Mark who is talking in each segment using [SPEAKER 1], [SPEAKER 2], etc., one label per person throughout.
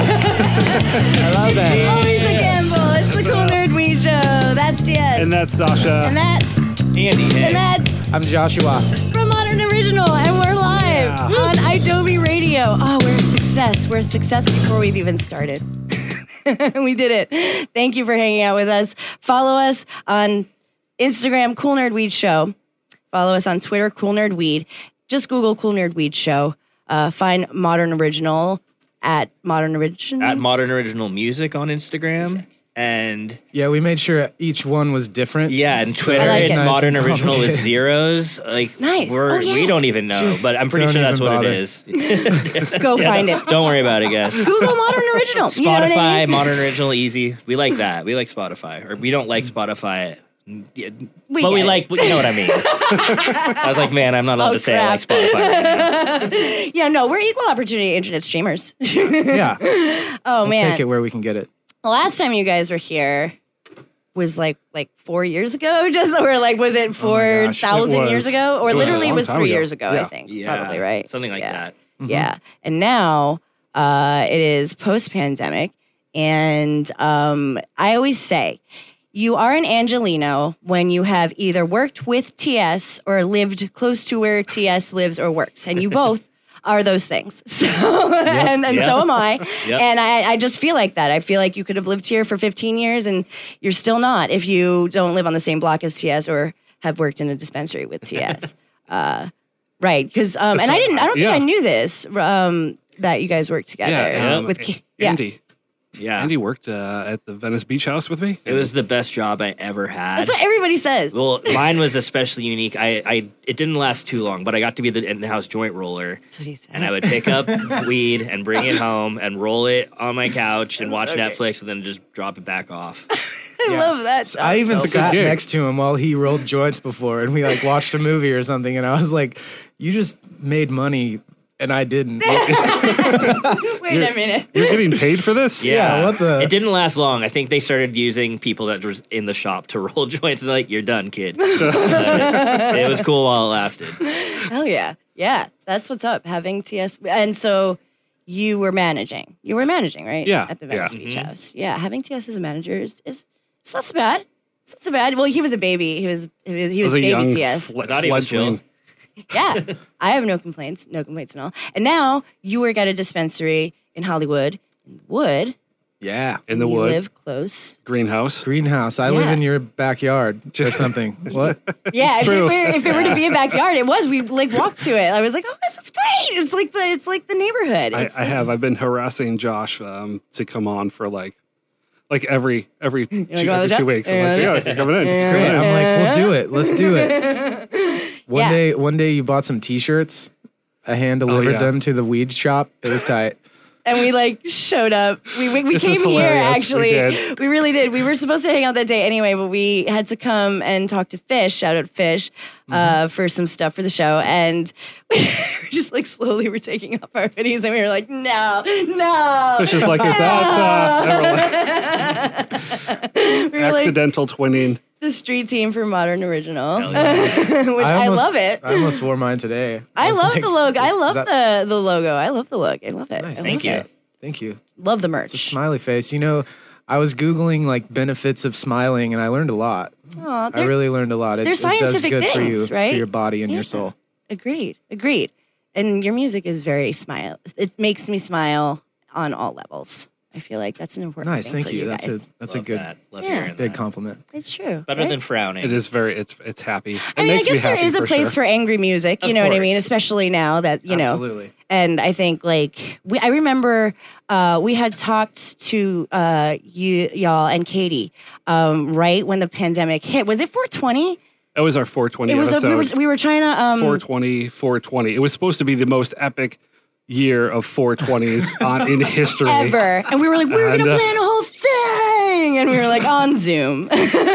[SPEAKER 1] I love that.
[SPEAKER 2] Always a Campbell. It's the Cool Nerd Weed Show. That's yes.
[SPEAKER 3] And
[SPEAKER 2] And,
[SPEAKER 3] that's Sasha.
[SPEAKER 2] that's
[SPEAKER 4] Andy,
[SPEAKER 2] and
[SPEAKER 4] hey.
[SPEAKER 2] that's
[SPEAKER 1] I'm Joshua.
[SPEAKER 2] from Modern Original, and we're live on Adobe Radio. Oh, we're a success. We're a success before we've even started. we did it. Thank you for hanging out with us. Follow us on Instagram, Cool Nerd Weed Show. Follow us on Twitter, Cool Nerd Weed. Just Google Cool Nerd Weed Show. Uh, find Modern Original at Modern Original.
[SPEAKER 4] At Modern Original Music on Instagram. And
[SPEAKER 1] Yeah, we made sure each one was different.
[SPEAKER 4] yeah, and
[SPEAKER 1] So
[SPEAKER 4] Twitter,
[SPEAKER 2] like
[SPEAKER 4] it's
[SPEAKER 2] it.
[SPEAKER 1] nice
[SPEAKER 4] Modern
[SPEAKER 1] and
[SPEAKER 4] Original with
[SPEAKER 1] complicated.
[SPEAKER 4] zeros. Like,
[SPEAKER 2] Nice.
[SPEAKER 4] we're,
[SPEAKER 2] Oh, yeah.
[SPEAKER 4] we don't even know, but I'm pretty
[SPEAKER 1] don't
[SPEAKER 4] sure that's
[SPEAKER 1] even
[SPEAKER 4] what
[SPEAKER 1] bother.
[SPEAKER 4] it is.
[SPEAKER 2] Go find it.
[SPEAKER 4] don't worry about it, guys.
[SPEAKER 2] Google Modern Original. You know what I
[SPEAKER 4] Spotify,
[SPEAKER 2] mean?
[SPEAKER 4] Modern Original, easy. We like that. We like Spotify, or we don't like Spotify. Yeah,
[SPEAKER 2] We
[SPEAKER 4] but we
[SPEAKER 2] get it.
[SPEAKER 4] like, you know what I mean. I was like, man, I'm not allowed
[SPEAKER 2] Oh,
[SPEAKER 4] to say I like
[SPEAKER 2] crap.
[SPEAKER 4] Spotify.
[SPEAKER 2] Yeah, no, we're equal opportunity internet streamers.
[SPEAKER 1] Yeah,
[SPEAKER 2] oh man,
[SPEAKER 1] take it where we can get it.
[SPEAKER 2] the last time you guys were here was like like four years ago. Just or like was it four
[SPEAKER 1] Oh gosh, it
[SPEAKER 2] thousand years
[SPEAKER 1] was.
[SPEAKER 2] ago, or
[SPEAKER 1] It was a
[SPEAKER 2] literally it
[SPEAKER 1] long
[SPEAKER 2] was
[SPEAKER 1] time
[SPEAKER 2] three
[SPEAKER 1] ago.
[SPEAKER 2] years ago? I
[SPEAKER 1] Yeah.
[SPEAKER 2] think
[SPEAKER 4] Yeah,
[SPEAKER 2] probably right,
[SPEAKER 4] Something like
[SPEAKER 2] Yeah.
[SPEAKER 4] that.
[SPEAKER 2] Mm-hmm. Yeah, and now uh, it is post pandemic, and um, I always say. You are an Angelino when you have either worked with TS or lived close to where TS lives or works, and you both are those things. So, and, and so
[SPEAKER 4] Yeah.
[SPEAKER 2] am I.
[SPEAKER 4] Yep.
[SPEAKER 2] And I, I just feel like that. I feel like you could have lived here for 15 years and you're still not if you don't live on the same block as TS or have worked in a dispensary with TS. uh, right. Because, um, and I didn't, I don't think
[SPEAKER 5] yeah.
[SPEAKER 2] I knew this, um, that you guys worked together
[SPEAKER 4] Yeah.
[SPEAKER 5] um,
[SPEAKER 2] with,
[SPEAKER 5] A-
[SPEAKER 2] Ki- yeah.
[SPEAKER 5] Andy.
[SPEAKER 4] Yeah.
[SPEAKER 5] Andy worked uh, at the Venice Beach House with me.
[SPEAKER 4] It was the best job I ever had.
[SPEAKER 2] That's what everybody says.
[SPEAKER 4] well, mine was especially unique. I, I it didn't last too long, but I got to be the in-house joint roller.
[SPEAKER 2] That's what he said.
[SPEAKER 4] And I would pick up weed and bring it home and roll it on my couch and watch Netflix and then just drop it back off.
[SPEAKER 2] I love that. job
[SPEAKER 1] I even
[SPEAKER 2] so
[SPEAKER 1] sat
[SPEAKER 5] gig.
[SPEAKER 1] next to him while he rolled joints before, and we like watched a movie or something, and I was like, "You just made money, and I didn't."
[SPEAKER 2] much. Wait a minute.
[SPEAKER 5] You're getting paid for this?
[SPEAKER 1] Yeah, what the-
[SPEAKER 4] It didn't last long. I think they started using people that was in the shop to roll joints and they're like, you're done, kid. But it was cool while it lasted.
[SPEAKER 2] Hell yeah. Yeah. That's what's up. Having TS. And so you were managing. You were managing, right?
[SPEAKER 5] Yeah,
[SPEAKER 2] At the Venice
[SPEAKER 5] yeah.
[SPEAKER 2] Beach House. Yeah. Having TS as a manager is, is it's not so bad. It's not so bad. Well, he was a baby. He was he was, he
[SPEAKER 5] It
[SPEAKER 2] was,
[SPEAKER 5] was a
[SPEAKER 2] baby
[SPEAKER 5] young
[SPEAKER 2] TS.
[SPEAKER 5] fle-
[SPEAKER 4] I thought he was
[SPEAKER 5] fledgling.
[SPEAKER 4] chill.
[SPEAKER 2] yeah. I have no complaints. No complaints at all. And now you work at a dispensary in Hollywood. in Wood.
[SPEAKER 1] yeah,
[SPEAKER 5] in the
[SPEAKER 2] you
[SPEAKER 5] wood
[SPEAKER 2] live close.
[SPEAKER 5] greenhouse.
[SPEAKER 1] greenhouse. I live
[SPEAKER 2] Yeah.
[SPEAKER 1] in your backyard or something. what?
[SPEAKER 2] Yeah, if it,
[SPEAKER 5] true.
[SPEAKER 2] were, if it were to be a backyard, it was. We like walked to it. I was like, "Oh, this is great!" It's like the it's like the neighborhood.
[SPEAKER 5] I,
[SPEAKER 2] It's-
[SPEAKER 5] I have. I've been harassing Josh um, to come on for like, like every every, two,
[SPEAKER 2] wanna go on
[SPEAKER 5] every
[SPEAKER 2] the
[SPEAKER 5] two
[SPEAKER 2] job?
[SPEAKER 5] weeks.
[SPEAKER 2] Yeah.
[SPEAKER 5] I'm like, yeah, you're coming in. It's
[SPEAKER 1] Great.
[SPEAKER 5] great.
[SPEAKER 1] I'm like, we'll do it. Let's do it. One
[SPEAKER 2] Yeah.
[SPEAKER 1] day, one day, you bought some T-shirts. I hand
[SPEAKER 4] Oh,
[SPEAKER 1] delivered
[SPEAKER 5] yeah.
[SPEAKER 1] them to the weed shop. It was tight.
[SPEAKER 2] and we like showed up. We we, we
[SPEAKER 5] This is
[SPEAKER 2] came here
[SPEAKER 5] hilarious. We
[SPEAKER 2] actually. We,
[SPEAKER 5] did.
[SPEAKER 2] really did. We were supposed to hang out that day anyway, but we had to come and talk to Fish. Shout out Fish
[SPEAKER 5] Mm-hmm.
[SPEAKER 2] uh, for some stuff for the show, and we just like slowly were taking off our hoodies, and we were like, no, no.
[SPEAKER 5] It's just like it's all, uh, never
[SPEAKER 2] We were like
[SPEAKER 5] accidental twinning.
[SPEAKER 2] the street team for Modern Original,
[SPEAKER 4] Hell yeah.
[SPEAKER 2] which I,
[SPEAKER 1] almost-
[SPEAKER 2] love it.
[SPEAKER 1] I almost wore mine today.
[SPEAKER 2] I
[SPEAKER 1] was
[SPEAKER 2] love
[SPEAKER 1] like,
[SPEAKER 2] the logo. I love
[SPEAKER 1] that-
[SPEAKER 2] the the logo. I love the look. I love it. I love
[SPEAKER 4] Thank you.
[SPEAKER 2] it.
[SPEAKER 1] Thank you.
[SPEAKER 2] Love the merch.
[SPEAKER 1] Smiley face. You know, I was googling like benefits of smiling, and I learned a lot.
[SPEAKER 2] Aw,
[SPEAKER 1] I
[SPEAKER 2] they're-
[SPEAKER 1] really learned a lot. It,
[SPEAKER 2] they're
[SPEAKER 1] it
[SPEAKER 2] scientific
[SPEAKER 1] does good for you,
[SPEAKER 2] things, right?
[SPEAKER 1] for your body and
[SPEAKER 2] Yeah.
[SPEAKER 1] your soul.
[SPEAKER 2] Agreed. Agreed. And your music is very smile. It makes me smile on all levels. I feel like that's an important
[SPEAKER 1] Nice,
[SPEAKER 2] thing
[SPEAKER 1] thank
[SPEAKER 2] for
[SPEAKER 1] you.
[SPEAKER 2] you.
[SPEAKER 1] that's
[SPEAKER 2] guys.
[SPEAKER 1] a that's a
[SPEAKER 4] Love
[SPEAKER 1] good
[SPEAKER 4] that. Love
[SPEAKER 2] Yeah.
[SPEAKER 4] hearing
[SPEAKER 1] big
[SPEAKER 4] that.
[SPEAKER 1] compliment.
[SPEAKER 2] It's true.
[SPEAKER 4] Better
[SPEAKER 2] right?
[SPEAKER 4] than frowning.
[SPEAKER 5] It is very. It's it's happy. It
[SPEAKER 2] I mean, I
[SPEAKER 5] makes me
[SPEAKER 2] guess there
[SPEAKER 5] happy
[SPEAKER 2] is a
[SPEAKER 5] for
[SPEAKER 2] place
[SPEAKER 5] sure.
[SPEAKER 2] for angry music. You
[SPEAKER 4] Of
[SPEAKER 2] know what I mean?
[SPEAKER 4] course.
[SPEAKER 2] Especially now that you know.
[SPEAKER 1] Absolutely.
[SPEAKER 2] And I think like we, I remember uh, we had talked to uh, you y'all and Katie um, right when the pandemic hit. Was it 420?
[SPEAKER 5] That was our 420
[SPEAKER 2] It was. A,
[SPEAKER 5] episode.
[SPEAKER 2] we were we were trying to um,
[SPEAKER 5] 420, 420. It was supposed to be the most epic year of 420s on in history.
[SPEAKER 2] ever. And we were like, we we're going to
[SPEAKER 5] And, uh,
[SPEAKER 2] plan a whole thing. And we were like, on Zoom.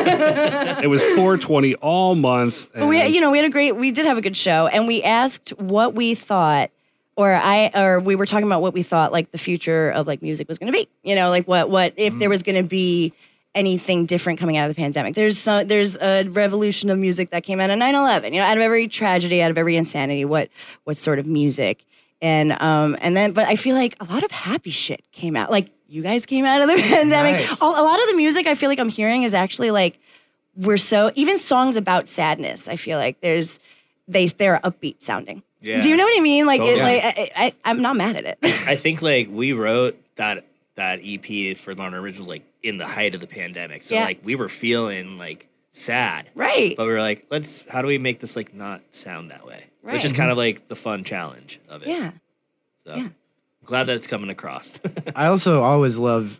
[SPEAKER 5] It was 420 all month.
[SPEAKER 2] But we,
[SPEAKER 5] and
[SPEAKER 2] you know, we had a great, we did have a good show. And we asked what we thought, or I, or we were talking about what we thought like the future of like music was going to be, you know, like what, what, if there was going to be anything different coming out of the pandemic. There's so, there's a revolution of music that came out of 9/11. You know, out of every tragedy, out of every insanity, what what sort of music? And um and then but I feel like a lot of happy shit came out. Like you guys came out of the pandemic.
[SPEAKER 1] Nice.
[SPEAKER 2] A- a lot of the music I feel like I'm hearing is actually like we're so even songs about sadness. I feel like there's they they're upbeat sounding.
[SPEAKER 4] Yeah.
[SPEAKER 2] Do you know what I mean? Like, it,
[SPEAKER 4] Totally.
[SPEAKER 2] like I, I, I'm not mad at it.
[SPEAKER 4] I think like we wrote that that EP for Modern Original like in the height of the pandemic. So
[SPEAKER 2] Yeah.
[SPEAKER 4] like we were feeling like sad.
[SPEAKER 2] right.
[SPEAKER 4] But we were like, let's how do we make this like not sound that way? Which is
[SPEAKER 2] Right.
[SPEAKER 4] kind of like the fun challenge of it.
[SPEAKER 2] Yeah.
[SPEAKER 4] So
[SPEAKER 2] yeah.
[SPEAKER 4] glad that it's coming across.
[SPEAKER 1] I also always love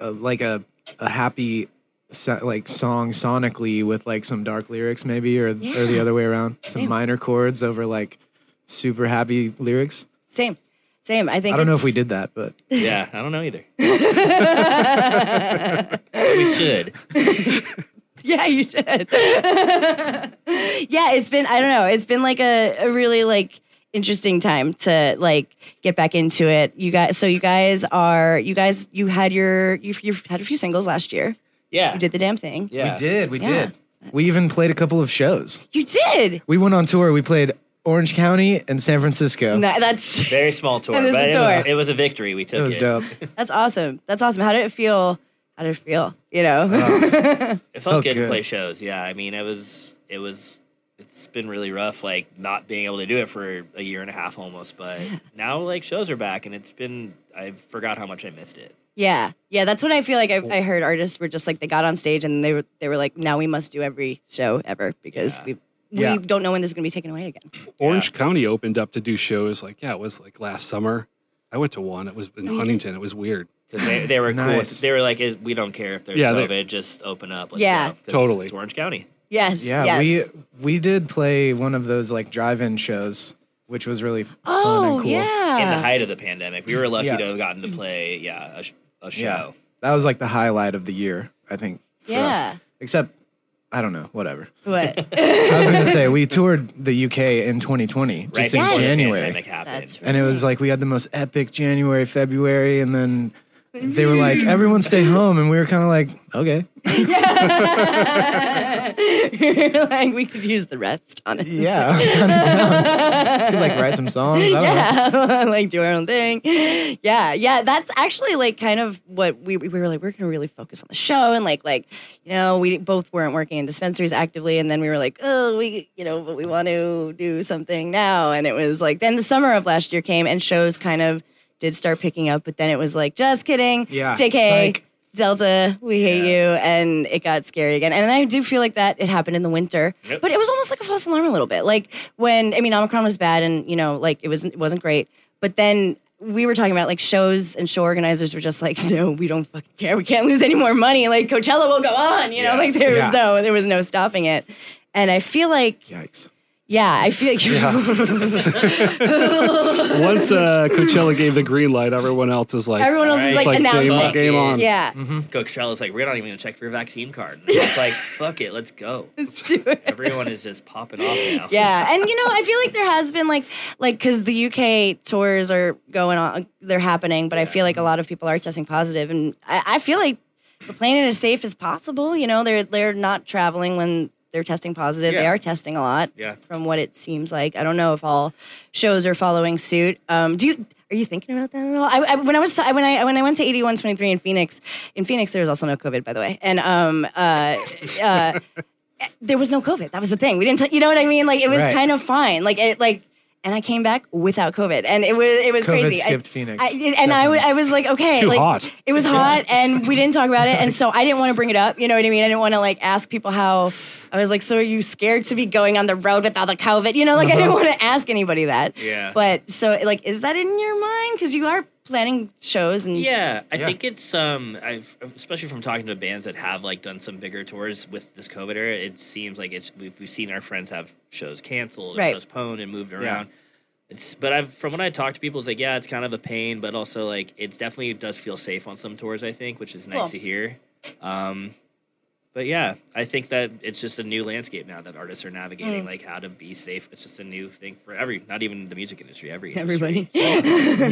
[SPEAKER 1] uh, like a a happy so, like song sonically with like some dark lyrics maybe or or the
[SPEAKER 2] Yeah.
[SPEAKER 1] other way around some
[SPEAKER 2] Same.
[SPEAKER 1] minor chords over like super happy lyrics.
[SPEAKER 2] Same. Same. I think
[SPEAKER 1] I don't know if we
[SPEAKER 2] it's-
[SPEAKER 1] did that, but
[SPEAKER 4] yeah, I don't know either. we should.
[SPEAKER 2] Yeah, you did. yeah, it's been I don't know. It's been like a, a really like interesting time to like get back into it. You guys so you guys are you guys you had your you've, you've had a few singles last year.
[SPEAKER 4] Yeah.
[SPEAKER 2] You did the damn thing.
[SPEAKER 4] yeah.
[SPEAKER 1] we did, we
[SPEAKER 2] Yeah.
[SPEAKER 1] did. We even played a couple of shows.
[SPEAKER 2] You did.
[SPEAKER 1] We went on tour. We played Orange County and San Francisco.
[SPEAKER 2] No, that's
[SPEAKER 4] Very small tour,
[SPEAKER 2] That
[SPEAKER 4] but
[SPEAKER 2] is a
[SPEAKER 4] it was,
[SPEAKER 2] tour.
[SPEAKER 4] it was a victory. We took
[SPEAKER 1] It was dope.
[SPEAKER 2] that's awesome. That's awesome. How did it feel? How did it feel? You know?
[SPEAKER 1] Uh.
[SPEAKER 4] It felt,
[SPEAKER 1] Felt
[SPEAKER 4] good,
[SPEAKER 1] good.
[SPEAKER 4] to play shows. Yeah, I mean, it was it was it's been really rough, like not being able to do it for a year and a half almost. But now, like shows are back, and it's been I forgot how much I missed it.
[SPEAKER 2] Yeah, yeah, that's what I feel like. I, I heard artists were just like they got on stage and they were they were like, now we must do every show ever because
[SPEAKER 4] Yeah.
[SPEAKER 2] we we
[SPEAKER 1] Yeah.
[SPEAKER 2] don't know when this is gonna be taken away again.
[SPEAKER 5] Orange County opened up to do shows. Like, yeah, it was like last summer. I went to one. It was
[SPEAKER 2] Oh,
[SPEAKER 5] in Huntington. It was weird.
[SPEAKER 4] Because they, they were cool. with-
[SPEAKER 1] Nice.
[SPEAKER 4] They were like, "Is- "We don't care if there's
[SPEAKER 5] Yeah, they-
[SPEAKER 4] COVID. Just open up." Let's
[SPEAKER 2] Yeah.
[SPEAKER 4] go," 'cause
[SPEAKER 5] Totally.
[SPEAKER 4] It's Orange County.
[SPEAKER 2] Yes,
[SPEAKER 1] Yeah,
[SPEAKER 2] yes.
[SPEAKER 1] we we did play one of those like drive-in shows, which was really fun
[SPEAKER 2] oh
[SPEAKER 1] and cool.
[SPEAKER 2] yeah,
[SPEAKER 4] In the height of the pandemic, we were lucky
[SPEAKER 1] Yeah.
[SPEAKER 4] to have gotten to play. Yeah, a, sh- a
[SPEAKER 1] Yeah.
[SPEAKER 4] show.
[SPEAKER 1] That was like the highlight of the year, I think. For
[SPEAKER 2] Yeah.
[SPEAKER 1] Us. Except, I don't know, whatever.
[SPEAKER 2] What?
[SPEAKER 1] I was going to say, we toured the UK in 2020,
[SPEAKER 4] Right
[SPEAKER 1] just in
[SPEAKER 4] before the
[SPEAKER 1] January.
[SPEAKER 4] pandemic happened.
[SPEAKER 2] That's right.
[SPEAKER 1] And it was like we had the most epic January, February, and then they were like, everyone stay home. And we were kind of like, okay.
[SPEAKER 2] like we could use the rest on it.
[SPEAKER 1] Yeah. I'm kinda down. Could like write some songs. I don't know.
[SPEAKER 2] Yeah, like do our own thing. Yeah, yeah. That's actually like kind of what we we were like. We're gonna really focus on the show and like like you know we both weren't working in dispensaries actively, and then we were like, oh, we you know, but we want to do something now. And it was like then the summer of last year came and shows kind of did start picking up, but then it was like just kidding.
[SPEAKER 1] Yeah,
[SPEAKER 2] Jk.
[SPEAKER 1] psych.
[SPEAKER 2] Delta, we hate
[SPEAKER 4] Yeah.
[SPEAKER 2] you, and it got scary again. And I do feel like that it happened in the winter,
[SPEAKER 4] Yep.
[SPEAKER 2] but it was almost like a false alarm a little bit. Like when I mean Omicron was bad, and you know, like it was it wasn't great. But then we were talking about like shows and show organizers were just like, no, we don't fucking care. We can't lose any more money. Like Coachella will go on. You
[SPEAKER 4] Yeah.
[SPEAKER 2] know, like there
[SPEAKER 1] Yeah.
[SPEAKER 2] was no there was no stopping it. And I feel like,
[SPEAKER 1] Yikes.
[SPEAKER 2] yeah, I feel like
[SPEAKER 5] Once uh, Coachella gave the green light, everyone else is like,
[SPEAKER 2] everyone else is
[SPEAKER 4] Right.
[SPEAKER 2] like,
[SPEAKER 5] Like, game
[SPEAKER 2] announcing,
[SPEAKER 5] on, game on.
[SPEAKER 2] yeah,
[SPEAKER 4] Mm-hmm.
[SPEAKER 1] Mm-hmm.
[SPEAKER 4] Coachella's like, "We're not even gonna check for your vaccine card." And it's like, "Fuck it, let's go."
[SPEAKER 2] let's do it.
[SPEAKER 4] Everyone is just popping off now.
[SPEAKER 2] yeah and you know i feel like there has been like like because the uk tours are going on they're happening but i feel like a lot of people are testing positive and i, I feel like we're playing it as safe as possible you know they're they're not traveling when they're testing positive they
[SPEAKER 4] Yeah.
[SPEAKER 2] are testing a lot
[SPEAKER 4] Yeah.
[SPEAKER 2] from what it seems like i don't know if all shows are following suit um do you are you thinking about that at all? I, I, when I was when I when I went to eighty one twenty three in Phoenix, in Phoenix there was also no COVID, by the way, and um uh, uh there was no COVID. That was the thing. We didn't, t- you know what I mean? Like it was
[SPEAKER 1] Right.
[SPEAKER 2] kind of fine. Like it, like, and I came back without COVID, and it was it was
[SPEAKER 1] COVID
[SPEAKER 2] crazy. I-
[SPEAKER 1] skipped Phoenix.
[SPEAKER 2] I, it- and I, wa- I was like, okay,
[SPEAKER 5] Too
[SPEAKER 2] like
[SPEAKER 5] hot.
[SPEAKER 2] it was hot, and we didn't talk about it, and so I didn't want to bring it up. You know what I mean? I didn't want to like ask people how. I was like, so are you scared to be going on the road without the COVID? You know, like I didn't
[SPEAKER 1] Uh-huh.
[SPEAKER 2] want to ask anybody that.
[SPEAKER 4] Yeah.
[SPEAKER 2] But so like, is that in your mind? Because you are planning shows and
[SPEAKER 4] Yeah, I
[SPEAKER 1] Yeah.
[SPEAKER 4] think it's um, I've especially from talking to bands that have like done some bigger tours with this COVID era. It seems like it's we've, we've seen our friends have shows canceled,
[SPEAKER 2] Right.
[SPEAKER 4] and postponed, and moved around. It's but I've from when I talk to people, it's like yeah, it's kind of a pain, but also like it definitely does feel safe on some tours. I think, which is nice
[SPEAKER 2] Cool.
[SPEAKER 4] to hear. Um, but yeah, I think that it's just a new landscape now that artists are navigating,
[SPEAKER 2] Mm.
[SPEAKER 4] like how to be safe. It's just a new thing for every, not even the music industry, every industry.
[SPEAKER 2] everybody.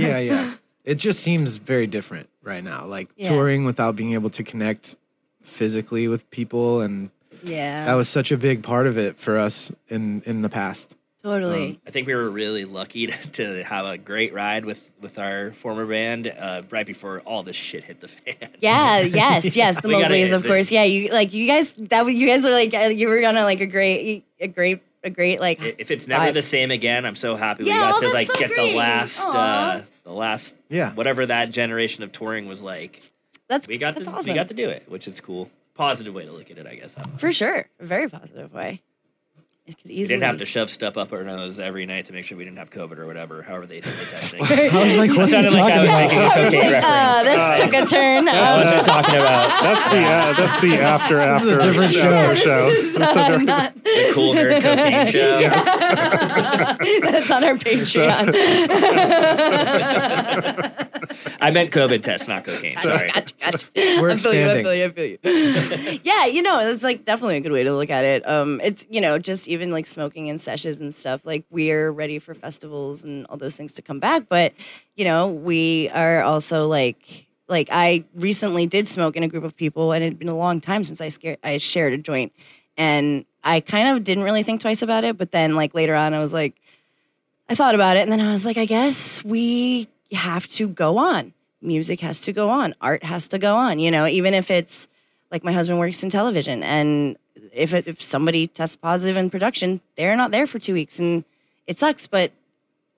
[SPEAKER 1] yeah, yeah. It just seems very different right now. Like
[SPEAKER 2] Yeah.
[SPEAKER 1] touring without being able to connect physically with people, and
[SPEAKER 2] Yeah.
[SPEAKER 1] that was such a big part of it for us in in the past.
[SPEAKER 2] totally.
[SPEAKER 4] Um,
[SPEAKER 1] um,
[SPEAKER 4] I think we were really lucky to, to have a great ride with with our former band uh, right before all this shit hit the fan.
[SPEAKER 2] Yeah, yes, yes. The
[SPEAKER 4] We gotta
[SPEAKER 2] Mobleys,
[SPEAKER 4] hit
[SPEAKER 2] of
[SPEAKER 4] the-
[SPEAKER 2] course. Yeah, you like you guys. That you guys are like uh, you were on a, like a great, a great, a great like.
[SPEAKER 4] I- If it's never
[SPEAKER 2] Right.
[SPEAKER 4] the same again, I'm so happy
[SPEAKER 2] Yeah,
[SPEAKER 4] we
[SPEAKER 2] oh,
[SPEAKER 4] got
[SPEAKER 2] that's
[SPEAKER 4] to like
[SPEAKER 2] so
[SPEAKER 4] get
[SPEAKER 2] great.
[SPEAKER 4] the last
[SPEAKER 2] Aw.
[SPEAKER 4] uh, the last
[SPEAKER 1] Yeah.
[SPEAKER 4] whatever that generation of touring was like.
[SPEAKER 2] that's
[SPEAKER 4] We got
[SPEAKER 2] that's
[SPEAKER 4] to
[SPEAKER 2] awesome
[SPEAKER 4] we got to do it, which is cool. Positive way to look at it, I guess. I don't know.
[SPEAKER 2] for sure. A very positive way. It could
[SPEAKER 4] We
[SPEAKER 2] easily.
[SPEAKER 4] didn't have to shove stuff up our nose every night to make sure we didn't have COVID or whatever. However they did the testing.
[SPEAKER 1] I was like, "What's he
[SPEAKER 4] Sounded
[SPEAKER 1] talking
[SPEAKER 4] like I
[SPEAKER 1] about?"
[SPEAKER 4] was making
[SPEAKER 2] I was
[SPEAKER 4] a cocaine
[SPEAKER 2] like, uh,
[SPEAKER 4] reference.
[SPEAKER 2] this took a turn.
[SPEAKER 4] What am
[SPEAKER 2] Um,
[SPEAKER 4] I talking about?
[SPEAKER 3] That's the uh, that's the after
[SPEAKER 1] This is
[SPEAKER 3] after
[SPEAKER 1] a different show.
[SPEAKER 3] after
[SPEAKER 2] this is,
[SPEAKER 3] That's
[SPEAKER 2] uh,
[SPEAKER 3] a different-
[SPEAKER 2] not-
[SPEAKER 4] The cool nerd cocaine show.
[SPEAKER 2] that's on our Patreon.
[SPEAKER 4] I meant COVID tests, not cocaine. Sorry.
[SPEAKER 1] We're
[SPEAKER 2] I feel you. I
[SPEAKER 1] expanding.
[SPEAKER 2] feel you. I feel you. yeah, you know, that's like definitely a good way to look at it. Um, it's you know, just even like smoking in sessions and stuff. Like we're ready for festivals and all those things to come back, but you know, we are also like. Like I recently did smoke in a group of people, and it had been a long time since I scared, I shared a joint, and I kind of didn't really think twice about it. But then, like later on, I was like, I thought about it and then I was like, I guess we have to go on. Music has to go on. Art has to go on. You know, even if it's like my husband works in television and if, it, if somebody tests positive in production, they're not there for two weeks and it sucks, but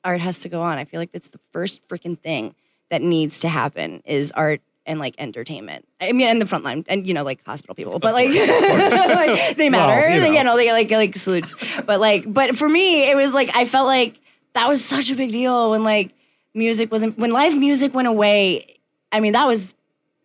[SPEAKER 2] art has to go on. I feel like that's the first freaking thing that needs to happen is art and like entertainment. I mean, and the front line and you know, like hospital people, but like, like, they matter.
[SPEAKER 3] Well, you know.
[SPEAKER 2] you know, they like like salutes. But like, but for me, it was like I felt like that was such a big deal when like music wasn't when live music went away. I mean, that was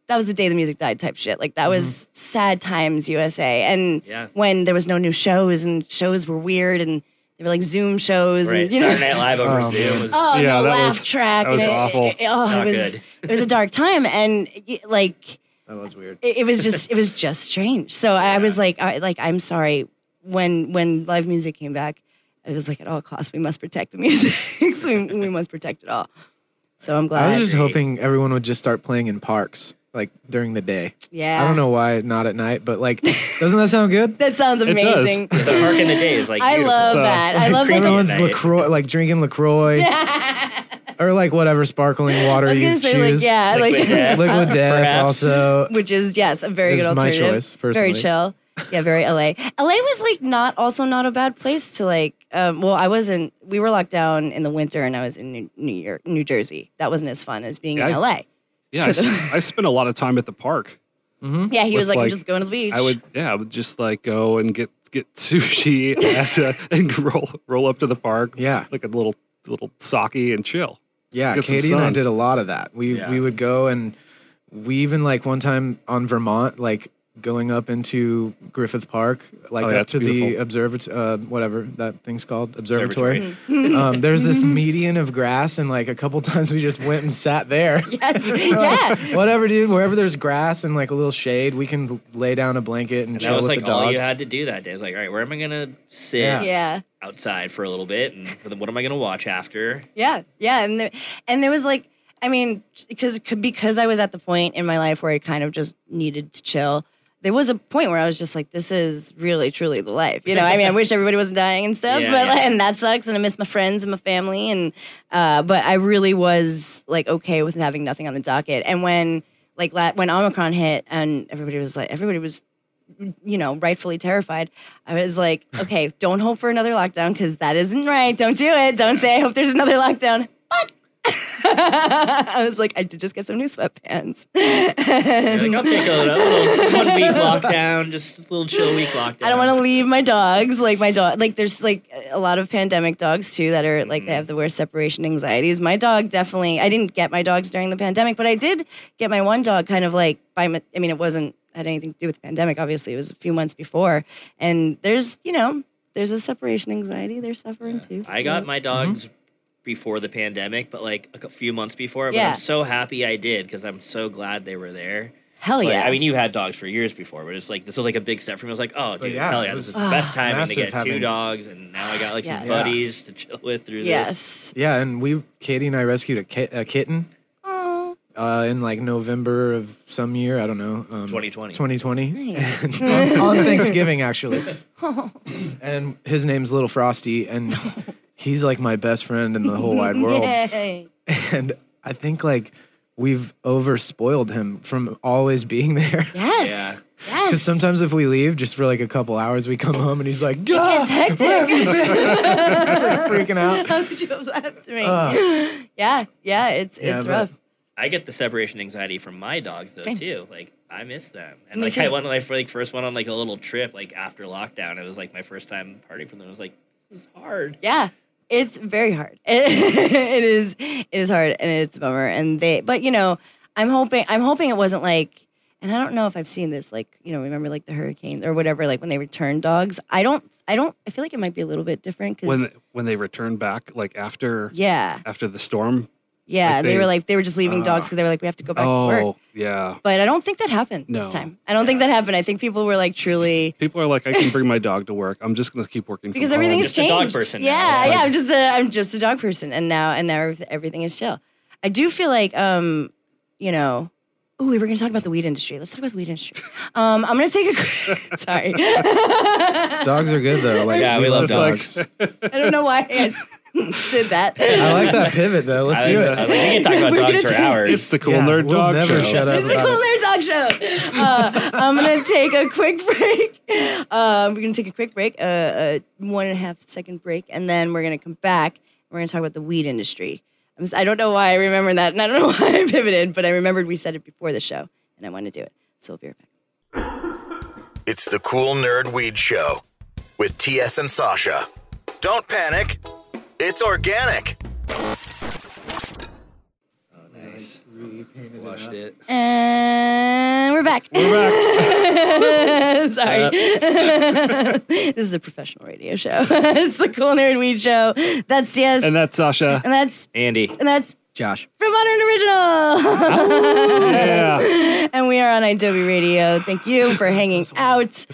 [SPEAKER 2] that was the day the music died type shit. Like that was sad times USA. And
[SPEAKER 4] Yeah.
[SPEAKER 2] when there was no new shows and shows were weird and they were like Zoom shows
[SPEAKER 4] Right.
[SPEAKER 2] and you know
[SPEAKER 4] Saturday Night Live over
[SPEAKER 1] Oh,
[SPEAKER 4] Zoom
[SPEAKER 1] man.
[SPEAKER 4] was
[SPEAKER 2] oh
[SPEAKER 3] Yeah,
[SPEAKER 2] the
[SPEAKER 3] that
[SPEAKER 2] laugh
[SPEAKER 3] was-
[SPEAKER 2] track.
[SPEAKER 3] that was
[SPEAKER 2] and it-
[SPEAKER 3] awful.
[SPEAKER 2] it- oh,
[SPEAKER 4] Not
[SPEAKER 2] it was
[SPEAKER 4] good.
[SPEAKER 2] it was a dark time and y- like
[SPEAKER 1] That was weird.
[SPEAKER 2] it, it was just it was just strange. So I, I was like, I, like I'm sorry. When when live music came back, it was like at all costs we must protect the music. so we, we must protect it all. So I'm glad.
[SPEAKER 1] I was just
[SPEAKER 4] agree.
[SPEAKER 1] hoping everyone would just start playing in parks, like during the day.
[SPEAKER 2] yeah,
[SPEAKER 1] I don't know why not at night, but like, doesn't that sound good?
[SPEAKER 2] That sounds
[SPEAKER 3] does.
[SPEAKER 2] amazing.
[SPEAKER 4] the park in the day is like
[SPEAKER 2] I
[SPEAKER 4] beautiful.
[SPEAKER 2] love
[SPEAKER 3] So-
[SPEAKER 2] that. I love like.
[SPEAKER 1] Everyone's
[SPEAKER 4] at night.
[SPEAKER 1] Lacroix, like drinking Lacroix, or like whatever sparkling water
[SPEAKER 2] I was
[SPEAKER 1] you
[SPEAKER 2] gonna say like
[SPEAKER 1] choose.
[SPEAKER 2] yeah,
[SPEAKER 4] Liquid
[SPEAKER 2] like
[SPEAKER 4] death.
[SPEAKER 1] Liquid Death
[SPEAKER 4] Perhaps.
[SPEAKER 1] also.
[SPEAKER 2] which is yes, a very
[SPEAKER 1] This
[SPEAKER 2] good
[SPEAKER 1] is my
[SPEAKER 2] alternative.
[SPEAKER 1] choice,
[SPEAKER 2] very
[SPEAKER 1] personally.
[SPEAKER 2] chill. Yeah, very LA. LA was like not also not a bad place to like. Um, well, I wasn't. We were locked down in the winter, and I was in New, New York, New Jersey. That wasn't as fun as being in
[SPEAKER 5] Yeah, I-
[SPEAKER 2] LA.
[SPEAKER 5] Yeah, I, s- I spent a lot of time at the park.
[SPEAKER 1] Hmm?
[SPEAKER 2] Yeah, he was
[SPEAKER 5] was
[SPEAKER 2] like, I'm
[SPEAKER 5] like-
[SPEAKER 2] just going to the beach.
[SPEAKER 5] I would, yeah, I would just like go and get get sushi and, uh, and roll roll up to the park.
[SPEAKER 1] Yeah.
[SPEAKER 5] like a little little sake and chill.
[SPEAKER 1] Yeah,
[SPEAKER 5] Get some
[SPEAKER 1] Katie and I
[SPEAKER 5] sun.
[SPEAKER 1] did a lot of that. We
[SPEAKER 4] Yeah.
[SPEAKER 1] we would go and we even like one time on Vermont, like going up into Griffith Park, like
[SPEAKER 5] Oh, yeah,
[SPEAKER 1] up
[SPEAKER 5] it's
[SPEAKER 1] to the
[SPEAKER 5] beautiful.
[SPEAKER 1] observatory, uh, whatever that thing's called,
[SPEAKER 4] Observatory.
[SPEAKER 1] observatory. um, there's this median of grass, and like a couple times we just went and sat there.
[SPEAKER 2] yeah.
[SPEAKER 1] Whatever, dude. Wherever there's grass and like a little shade, we can lay down a blanket and,
[SPEAKER 4] And
[SPEAKER 1] chill
[SPEAKER 4] that was
[SPEAKER 1] with
[SPEAKER 4] like
[SPEAKER 1] the
[SPEAKER 4] all
[SPEAKER 1] dogs.
[SPEAKER 4] you had to do that day. I was like, all right, where am I gonna sit
[SPEAKER 1] Yeah.
[SPEAKER 2] Yeah.
[SPEAKER 4] outside for a little bit, and then what am I gonna watch after?
[SPEAKER 2] Yeah, yeah, and there, and there was like, I mean, because because I was at the point in my life where I kind of just needed to chill. There was a point where I was just like, this is really truly the life, you know. I mean, I wish everybody wasn't dying and stuff,
[SPEAKER 4] Yeah,
[SPEAKER 2] but
[SPEAKER 4] yeah.
[SPEAKER 2] and that sucks, and I miss my friends and my family, and uh, but I really was like okay with having nothing on the docket. And when like la- when Omicron hit, and everybody was like, everybody was you know, rightfully terrified. I was like, okay, don't hope for another lockdown because that isn't right. Don't do it. Don't say, I hope there's another lockdown. But I was like, I did just get some new sweatpants.
[SPEAKER 4] You're like, I'll take a little, little one week lockdown, just a little chill week lockdown.
[SPEAKER 2] I don't want to leave my dogs. Like my dog, like there's like a lot of pandemic dogs too that are
[SPEAKER 4] Mm.
[SPEAKER 2] like they have the worst separation anxieties. My dog definitely. I didn't get my dogs during the pandemic, but I did get my one dog kind of like by. My, I mean, it wasn't had anything to do with the pandemic. Obviously, it was a few months before. And there's you know there's a separation anxiety. They're suffering too.
[SPEAKER 4] I got my dogs before the pandemic, but like a few months before. But
[SPEAKER 2] Yeah.
[SPEAKER 4] I'm so happy I did because I'm so glad they were there.
[SPEAKER 2] hell
[SPEAKER 4] It's like-
[SPEAKER 2] yeah.
[SPEAKER 4] I mean, you had dogs for years before, but it's like this was like a big step for me. I was like, oh, dude,
[SPEAKER 1] yeah,
[SPEAKER 4] hell
[SPEAKER 1] it
[SPEAKER 4] yeah,
[SPEAKER 1] was
[SPEAKER 4] this is the best timing to
[SPEAKER 1] massive
[SPEAKER 4] get two
[SPEAKER 1] having-
[SPEAKER 4] dogs, and now I got like some
[SPEAKER 2] Ah. Yes.
[SPEAKER 4] buddies to chill with through this.
[SPEAKER 2] yes.
[SPEAKER 1] Yeah, and we Katie and I rescued a, ki- a kitten.
[SPEAKER 2] Oh,
[SPEAKER 1] uh, in like November of some year. I don't know. Um,
[SPEAKER 4] 2020.
[SPEAKER 1] 2020.
[SPEAKER 2] Nice.
[SPEAKER 1] And on, on Thanksgiving, actually. and his name's Little Frosty, and he's like my best friend in the whole wide world.
[SPEAKER 2] Yay.
[SPEAKER 1] And I think like we've overspoiled him from always being there.
[SPEAKER 2] Yes.
[SPEAKER 1] Because
[SPEAKER 2] Yes.
[SPEAKER 1] sometimes if we leave just for like a couple hours, we come home and he's like, "Gah!"
[SPEAKER 2] it's hectic.
[SPEAKER 1] He's, like, freaking out.
[SPEAKER 2] How could you have left me? yeah, yeah, it's
[SPEAKER 1] Uh. Yeah,
[SPEAKER 2] it's
[SPEAKER 1] but-
[SPEAKER 2] rough.
[SPEAKER 4] I get the separation anxiety from my dogs though too. Like I miss them, and
[SPEAKER 2] Me
[SPEAKER 4] like I
[SPEAKER 2] too.
[SPEAKER 4] went on my like, first one on like a little trip like after lockdown. It was like my first time partying from them. It was like this is hard.
[SPEAKER 2] Yeah. It's very hard. it is it is hard and it's a bummer. And they but you know, I'm hoping I'm hoping it wasn't like and I don't know if I've seen this, like, you know, remember like the hurricanes or whatever, like when they return dogs. I don't I don't I feel like it might be a little bit different because
[SPEAKER 5] when when they return back, like after
[SPEAKER 2] yeah.
[SPEAKER 5] after the storm.
[SPEAKER 2] Yeah.
[SPEAKER 5] Like
[SPEAKER 2] they, were
[SPEAKER 5] they- Ah.
[SPEAKER 2] like they were just leaving dogs because they were like, we have to go back to work.
[SPEAKER 5] oh yeah,
[SPEAKER 2] But I don't think that happened
[SPEAKER 5] No.
[SPEAKER 2] this time. I don't think that happened. I think people were like truly
[SPEAKER 5] people are like, I can bring my dog to work. I'm just gonna keep working
[SPEAKER 2] because
[SPEAKER 5] from home."
[SPEAKER 2] everything's
[SPEAKER 4] Just a dog
[SPEAKER 2] changed.
[SPEAKER 4] person now.
[SPEAKER 2] Yeah,
[SPEAKER 4] Like-
[SPEAKER 2] yeah. I'm just a I'm just a dog person, and now and now everyth- everything is chill. I do feel like um, you know. Oh, we were going to talk about the weed industry. Let's talk about the weed industry. Um, I'm going to take a. quick- Sorry, I
[SPEAKER 1] Dogs are good though. Like
[SPEAKER 4] Yeah, we love
[SPEAKER 1] dogs.
[SPEAKER 2] don't know why I did that.
[SPEAKER 1] I like that pivot though. Let's
[SPEAKER 4] I,
[SPEAKER 1] do
[SPEAKER 4] was-
[SPEAKER 1] it.
[SPEAKER 4] I was like, we can talk about
[SPEAKER 2] We're
[SPEAKER 4] dogs
[SPEAKER 2] gonna
[SPEAKER 4] for
[SPEAKER 2] take-
[SPEAKER 4] hours.
[SPEAKER 5] It's the cool
[SPEAKER 1] Yeah,
[SPEAKER 5] nerd
[SPEAKER 1] we'll
[SPEAKER 5] dog
[SPEAKER 1] never
[SPEAKER 5] show.
[SPEAKER 1] shut up.
[SPEAKER 2] It's the
[SPEAKER 1] about
[SPEAKER 2] Cool Air Dog Show. Uh, I'm gonna take a quick break. Uh, we're gonna take a quick break, uh, a one and a half second break, and then we're gonna come back. And we're gonna talk about the weed industry. I'm s- I don't know why I remember that, and I don't know why I pivoted, but I remembered we said it before the show, and I want to do it. So we'll be right back.
[SPEAKER 6] It's the Cool Nerd Weed Show with TS and Sasha. Don't panic. It's organic.
[SPEAKER 1] Washed it.
[SPEAKER 2] And we're back. Sorry. this is a professional radio show. it's the Cool Nerd Weed Show. That's yes,
[SPEAKER 5] And
[SPEAKER 2] and
[SPEAKER 5] that's Sasha.
[SPEAKER 2] that's
[SPEAKER 4] Andy,
[SPEAKER 2] and that's
[SPEAKER 1] Josh.
[SPEAKER 2] from Modern Original.
[SPEAKER 5] yeah.
[SPEAKER 2] and we are on Adobe Radio. Thank you for hanging out.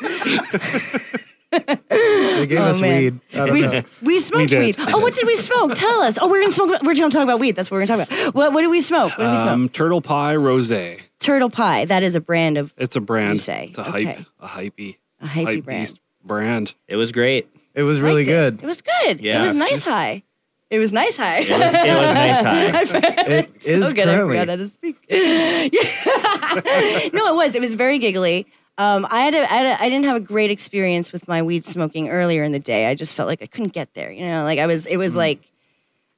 [SPEAKER 1] They gave us
[SPEAKER 2] Oh, man.
[SPEAKER 1] weed. I don't know.
[SPEAKER 2] We, we smoked
[SPEAKER 5] did.
[SPEAKER 2] weed. Oh, what did we smoke? Tell us. Oh, we're gonna smoke. We're gonna talk about weed. That's what we're gonna talk about. What, what did we smoke? What did we smoke?
[SPEAKER 5] Um, turtle pie rose. It's
[SPEAKER 2] Turtle pie. That is a brand of
[SPEAKER 5] a brand.
[SPEAKER 2] You say,
[SPEAKER 5] It's a
[SPEAKER 2] okay.
[SPEAKER 5] hype. A hypey.
[SPEAKER 2] A hypey
[SPEAKER 5] hype
[SPEAKER 2] brand.
[SPEAKER 5] beast brand.
[SPEAKER 4] it was great.
[SPEAKER 1] It was really
[SPEAKER 2] liked it.
[SPEAKER 1] good.
[SPEAKER 2] It was good.
[SPEAKER 4] Yeah.
[SPEAKER 2] It was nice high. It was nice high.
[SPEAKER 4] It was, it was nice high.
[SPEAKER 1] It is
[SPEAKER 2] so good.
[SPEAKER 1] currently.
[SPEAKER 2] I forgot how to speak. Yeah. no, it was. It was very giggly. Um, I had a, I had a, I didn't have a great experience with my weed smoking earlier in the day. I just felt like I couldn't get there. You know, like I was. It was
[SPEAKER 1] Hmm.
[SPEAKER 2] like.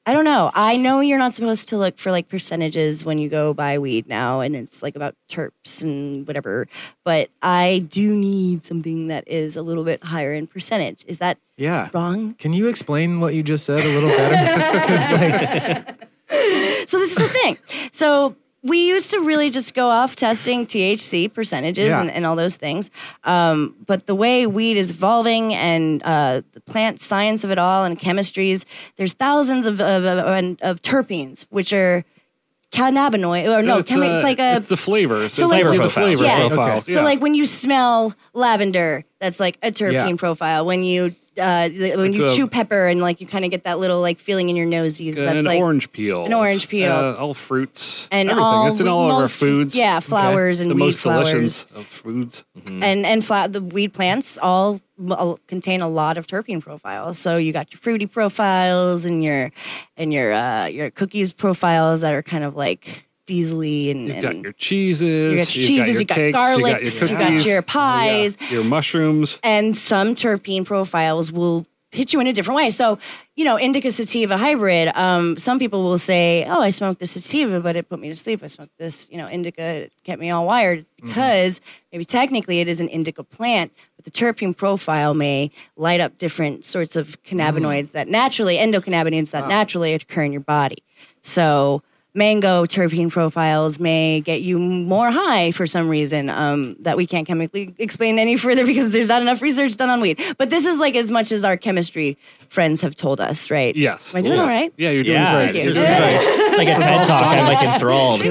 [SPEAKER 2] I don't know. I know you're not supposed to look for like percentages when you go buy weed now, and it's like about terps and whatever. But I do need something that is a little bit higher in percentage. Is that
[SPEAKER 1] Yeah.
[SPEAKER 2] wrong?
[SPEAKER 1] Can you explain what you just said a little better?
[SPEAKER 2] So this is the thing. So we used to really just go off testing THC percentages
[SPEAKER 1] Yeah.
[SPEAKER 2] and, and all those things. Um, but the way weed is evolving and uh, the plant science of it all and chemistries, there's thousands of of, of, of terpenes, which are cannabinoid or no,
[SPEAKER 5] it's,
[SPEAKER 2] chemi-
[SPEAKER 5] uh,
[SPEAKER 2] it's like a
[SPEAKER 5] it's the flavor. So,
[SPEAKER 2] So like-
[SPEAKER 5] flavor
[SPEAKER 2] Flavor
[SPEAKER 5] the flavor
[SPEAKER 2] profiles. Yeah.
[SPEAKER 5] profile.
[SPEAKER 1] Okay.
[SPEAKER 2] so like when you smell lavender, that's like a terpene
[SPEAKER 1] Yeah.
[SPEAKER 2] profile. When you uh, when you
[SPEAKER 5] uh,
[SPEAKER 2] chew pepper and like you kind of get that little like feeling in your noses. that's
[SPEAKER 5] an
[SPEAKER 2] like
[SPEAKER 5] orange peel.
[SPEAKER 2] an orange peel.
[SPEAKER 5] Uh, all fruits.
[SPEAKER 2] and
[SPEAKER 5] everything.
[SPEAKER 2] all
[SPEAKER 5] it's in
[SPEAKER 2] we-
[SPEAKER 5] all of our
[SPEAKER 2] most-
[SPEAKER 5] foods.
[SPEAKER 2] Yeah, flowers and
[SPEAKER 5] the
[SPEAKER 2] weed
[SPEAKER 5] most
[SPEAKER 2] flowers Mm-hmm.
[SPEAKER 5] delicious of foods.
[SPEAKER 2] and and fla- the weed plants all m- a- contain a lot of terpene profiles. So you got your fruity profiles and your and your uh, your cookies profiles that are kind of like diesely and,
[SPEAKER 5] You've
[SPEAKER 2] and
[SPEAKER 5] got your cheeses.
[SPEAKER 2] you got your cheeses, you got
[SPEAKER 5] cakes,
[SPEAKER 2] garlics, you got
[SPEAKER 5] cookies, Oh,
[SPEAKER 2] your pies,
[SPEAKER 5] yeah, your mushrooms.
[SPEAKER 2] and some terpene profiles will hit you in a different way. So, you know, indica sativa hybrid. Um, some people will say, "Oh, I smoked this sativa, but it put me to sleep. I smoked this, you know, indica it kept me all wired." Because maybe technically it is an indica plant, but the terpene profile may light up different sorts of cannabinoids that naturally endocannabinoids that naturally occur in your body. So. Mango terpene profiles may get you more high for some reason um, that we can't chemically explain any further because there's not enough research done on weed. But this is like as much as our chemistry friends have told us, right?
[SPEAKER 5] Yes.
[SPEAKER 2] Am I doing
[SPEAKER 5] Yes.
[SPEAKER 2] all right?
[SPEAKER 5] Yeah, you're doing
[SPEAKER 4] Yeah,
[SPEAKER 5] great.
[SPEAKER 4] this is like, like a TED talk. I'm like enthralled.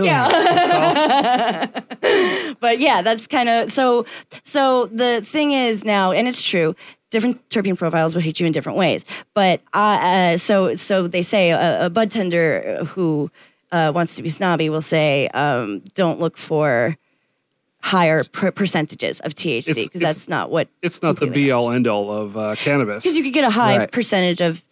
[SPEAKER 2] but yeah, that's kind of so. So the thing is now, and it's true. Different terpene profiles will hit you in different ways. But uh, uh, so so they say a, a bud tender who uh, wants to be snobby will say, um, don't look for higher per- percentages of THC
[SPEAKER 5] It's- it's-
[SPEAKER 2] because that's not what
[SPEAKER 5] It's not the be all end all of uh, cannabis.
[SPEAKER 2] because you could get a high
[SPEAKER 1] Right.
[SPEAKER 2] percentage of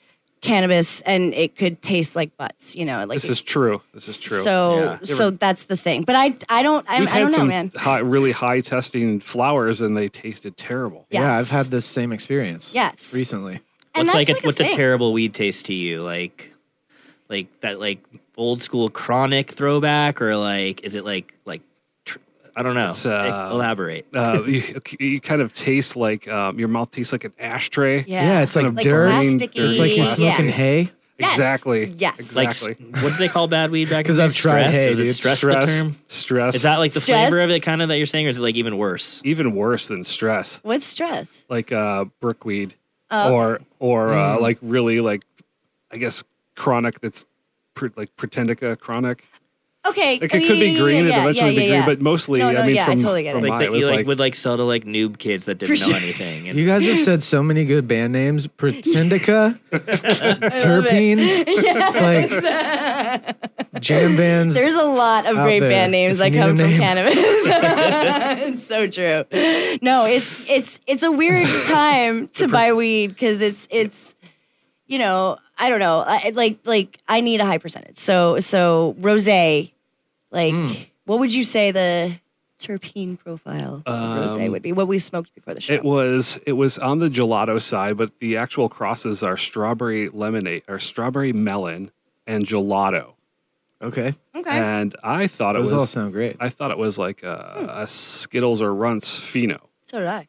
[SPEAKER 2] cannabis and it could taste like butts, you know, like
[SPEAKER 5] This
[SPEAKER 2] it-
[SPEAKER 5] is true. This is true.
[SPEAKER 2] So
[SPEAKER 5] Yeah.
[SPEAKER 2] so that's the thing. But I I don't I,
[SPEAKER 5] We've
[SPEAKER 2] I don't
[SPEAKER 5] had
[SPEAKER 2] know,
[SPEAKER 5] some
[SPEAKER 2] man.
[SPEAKER 5] high, really high testing flowers, and they tasted terrible.
[SPEAKER 1] Yeah, I've
[SPEAKER 2] Yes.
[SPEAKER 1] had this same experience.
[SPEAKER 2] Yes.
[SPEAKER 1] Recently.
[SPEAKER 2] And
[SPEAKER 4] what's
[SPEAKER 2] that's
[SPEAKER 4] like, a,
[SPEAKER 2] like a
[SPEAKER 4] what's
[SPEAKER 2] thing.
[SPEAKER 4] a terrible weed taste to you? Like like that like old school chronic throwback or like is it like like tr- I don't know.
[SPEAKER 5] It's, uh,
[SPEAKER 4] Elaborate.
[SPEAKER 5] Uh, you, you kind of taste like um, your mouth tastes like an ashtray.
[SPEAKER 2] Yeah.
[SPEAKER 1] Yeah, it's like,
[SPEAKER 5] Like
[SPEAKER 1] dirt.
[SPEAKER 2] plasticky.
[SPEAKER 1] It's like you're
[SPEAKER 5] Yeah.
[SPEAKER 1] smoking hay.
[SPEAKER 2] Yes.
[SPEAKER 5] Exactly.
[SPEAKER 2] Yes.
[SPEAKER 4] Like
[SPEAKER 5] Exactly.
[SPEAKER 4] s- what do they call bad weed back? in
[SPEAKER 1] 'Cause
[SPEAKER 4] the
[SPEAKER 1] I've
[SPEAKER 4] day?
[SPEAKER 1] tried
[SPEAKER 4] stress?
[SPEAKER 1] hay,
[SPEAKER 4] is
[SPEAKER 1] dude.
[SPEAKER 4] it stress,
[SPEAKER 5] stress.
[SPEAKER 4] the term?
[SPEAKER 5] Stress.
[SPEAKER 4] Is that like the
[SPEAKER 2] Stress?
[SPEAKER 4] flavor of it kind of that you're saying or is it like even worse?
[SPEAKER 5] even worse than stress?
[SPEAKER 2] What's stress?
[SPEAKER 5] Like uh, brickweed, or or uh, like really like, I guess chronic. That's pre- like Pretendica chronic.
[SPEAKER 2] Okay.
[SPEAKER 5] Like it could be green.
[SPEAKER 2] yeah,
[SPEAKER 5] it eventually
[SPEAKER 2] yeah,
[SPEAKER 5] be green,
[SPEAKER 2] yeah, yeah.
[SPEAKER 5] but mostly
[SPEAKER 2] No, no,
[SPEAKER 5] I mean
[SPEAKER 2] yeah, I
[SPEAKER 5] from,
[SPEAKER 2] totally get it.
[SPEAKER 5] from
[SPEAKER 4] Like
[SPEAKER 5] mine,
[SPEAKER 4] that
[SPEAKER 5] it was
[SPEAKER 4] you like,
[SPEAKER 5] like
[SPEAKER 4] would like sell to like noob kids that didn't
[SPEAKER 2] For
[SPEAKER 4] know
[SPEAKER 2] sure.
[SPEAKER 4] anything. And
[SPEAKER 1] You guys have said so many good band names. Pretendica, Terpenes. It's like jam bands.
[SPEAKER 2] There's a lot of
[SPEAKER 1] out
[SPEAKER 2] great
[SPEAKER 1] there,
[SPEAKER 2] band names
[SPEAKER 1] if
[SPEAKER 2] that
[SPEAKER 1] you need
[SPEAKER 2] come
[SPEAKER 1] a
[SPEAKER 2] from
[SPEAKER 1] name.
[SPEAKER 2] cannabis. it's so true. No, it's it's it's a weird time to buy weed because it's it's you know I don't know I, like like I need a high percentage. So so rosé, like
[SPEAKER 1] Hmm.
[SPEAKER 2] what would you say the terpene profile of
[SPEAKER 1] Um,
[SPEAKER 2] rosé would be? What we smoked before the show.
[SPEAKER 5] It was it was on the gelato side, but the actual crosses are strawberry lemonade or strawberry melon and gelato.
[SPEAKER 1] okay.
[SPEAKER 2] okay.
[SPEAKER 1] uh,
[SPEAKER 5] And I thought it
[SPEAKER 1] Those
[SPEAKER 5] was
[SPEAKER 1] all sound great.
[SPEAKER 5] I thought it was like a, a Skittles or Runts Fino.
[SPEAKER 2] so did I.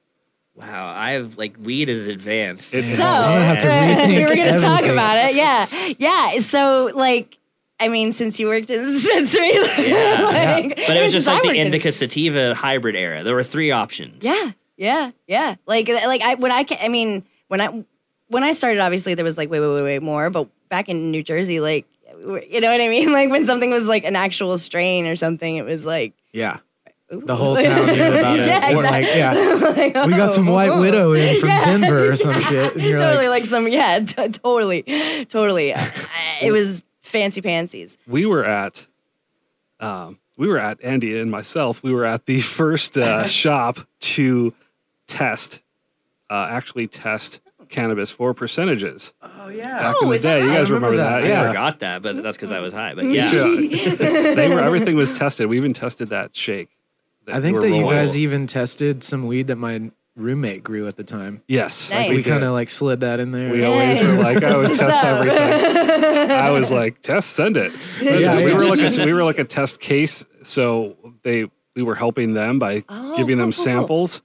[SPEAKER 4] wow, I've like weed is advanced.
[SPEAKER 5] It's-
[SPEAKER 2] So
[SPEAKER 1] gonna have to
[SPEAKER 2] we were
[SPEAKER 1] rethink
[SPEAKER 2] going to talk
[SPEAKER 1] everything.
[SPEAKER 2] about it. Yeah, yeah. So like, I mean, since you worked in the dispensary,
[SPEAKER 4] Yeah,
[SPEAKER 2] like,
[SPEAKER 4] But it
[SPEAKER 2] ever
[SPEAKER 4] was just
[SPEAKER 2] since I
[SPEAKER 4] like the
[SPEAKER 2] worked in-
[SPEAKER 4] indica sativa hybrid era. There were three options.
[SPEAKER 2] Yeah, yeah, yeah. Like, uh, like I when I ca- I mean when I when I started, obviously there was like way, way, way, way more. But back in New Jersey, like, you know what I mean? Like when something was like an actual strain or something, it was like.
[SPEAKER 1] Yeah. The whole town knew about it.
[SPEAKER 2] Yeah,
[SPEAKER 1] We're like, yeah. We got some White
[SPEAKER 2] oh.
[SPEAKER 1] Widow in from Denver or some shit. And you're
[SPEAKER 2] totally
[SPEAKER 1] like,
[SPEAKER 2] like, some yeah t- totally totally Uh, it was fancy pantsies
[SPEAKER 5] We were at um, we were at Andy and myself. We were at the first uh, shop to test uh, actually test cannabis for percentages.
[SPEAKER 1] oh, yeah.
[SPEAKER 5] Back in
[SPEAKER 2] Oh,
[SPEAKER 5] the
[SPEAKER 2] is that
[SPEAKER 5] day, you
[SPEAKER 2] right?
[SPEAKER 5] guys
[SPEAKER 1] I remember
[SPEAKER 5] remember
[SPEAKER 1] that,
[SPEAKER 5] that?
[SPEAKER 4] I
[SPEAKER 5] yeah.
[SPEAKER 4] forgot that, but that's because I was high. But yeah.
[SPEAKER 5] they were everything was tested. We even tested that shake. that
[SPEAKER 1] I think
[SPEAKER 5] were
[SPEAKER 1] that you
[SPEAKER 5] rolling.
[SPEAKER 1] guys e- even tested some weed that my roommate grew at the time.
[SPEAKER 5] yes,
[SPEAKER 2] Nice.
[SPEAKER 5] we,
[SPEAKER 1] We
[SPEAKER 5] did.
[SPEAKER 1] kind of like slid that in there.
[SPEAKER 5] We always were like, I always test
[SPEAKER 2] So-
[SPEAKER 5] everything. I was like, test, send it.
[SPEAKER 1] Yeah,
[SPEAKER 5] we
[SPEAKER 1] yeah.
[SPEAKER 5] were like a, we were like a test case, so they we were helping them by
[SPEAKER 2] Oh,
[SPEAKER 5] giving them
[SPEAKER 2] cool, cool, cool.
[SPEAKER 5] samples.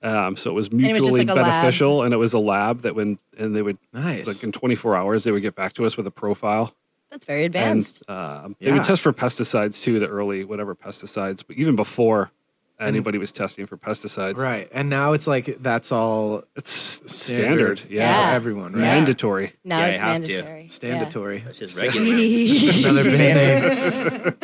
[SPEAKER 5] Um, so it was
[SPEAKER 2] it was just
[SPEAKER 5] mutually
[SPEAKER 2] like a lab.
[SPEAKER 5] beneficial, and it was a lab that when and they would
[SPEAKER 1] Nice.
[SPEAKER 5] like in 24 hours they would get back to us with a profile.
[SPEAKER 2] that's very
[SPEAKER 5] And
[SPEAKER 2] advanced
[SPEAKER 5] um, they would
[SPEAKER 1] Yeah.
[SPEAKER 5] test for pesticides too, the early whatever pesticides, but even before anybody was testing for pesticides,
[SPEAKER 1] right. And now it's like, that's all
[SPEAKER 5] it's standard,
[SPEAKER 1] standard.
[SPEAKER 5] yeah,
[SPEAKER 1] for everyone, right?
[SPEAKER 5] mandatory.
[SPEAKER 2] now
[SPEAKER 4] Yeah,
[SPEAKER 2] it's
[SPEAKER 4] you have to.
[SPEAKER 2] mandatory Yeah.
[SPEAKER 1] Standatory.
[SPEAKER 4] It's just regular.
[SPEAKER 1] Another band name.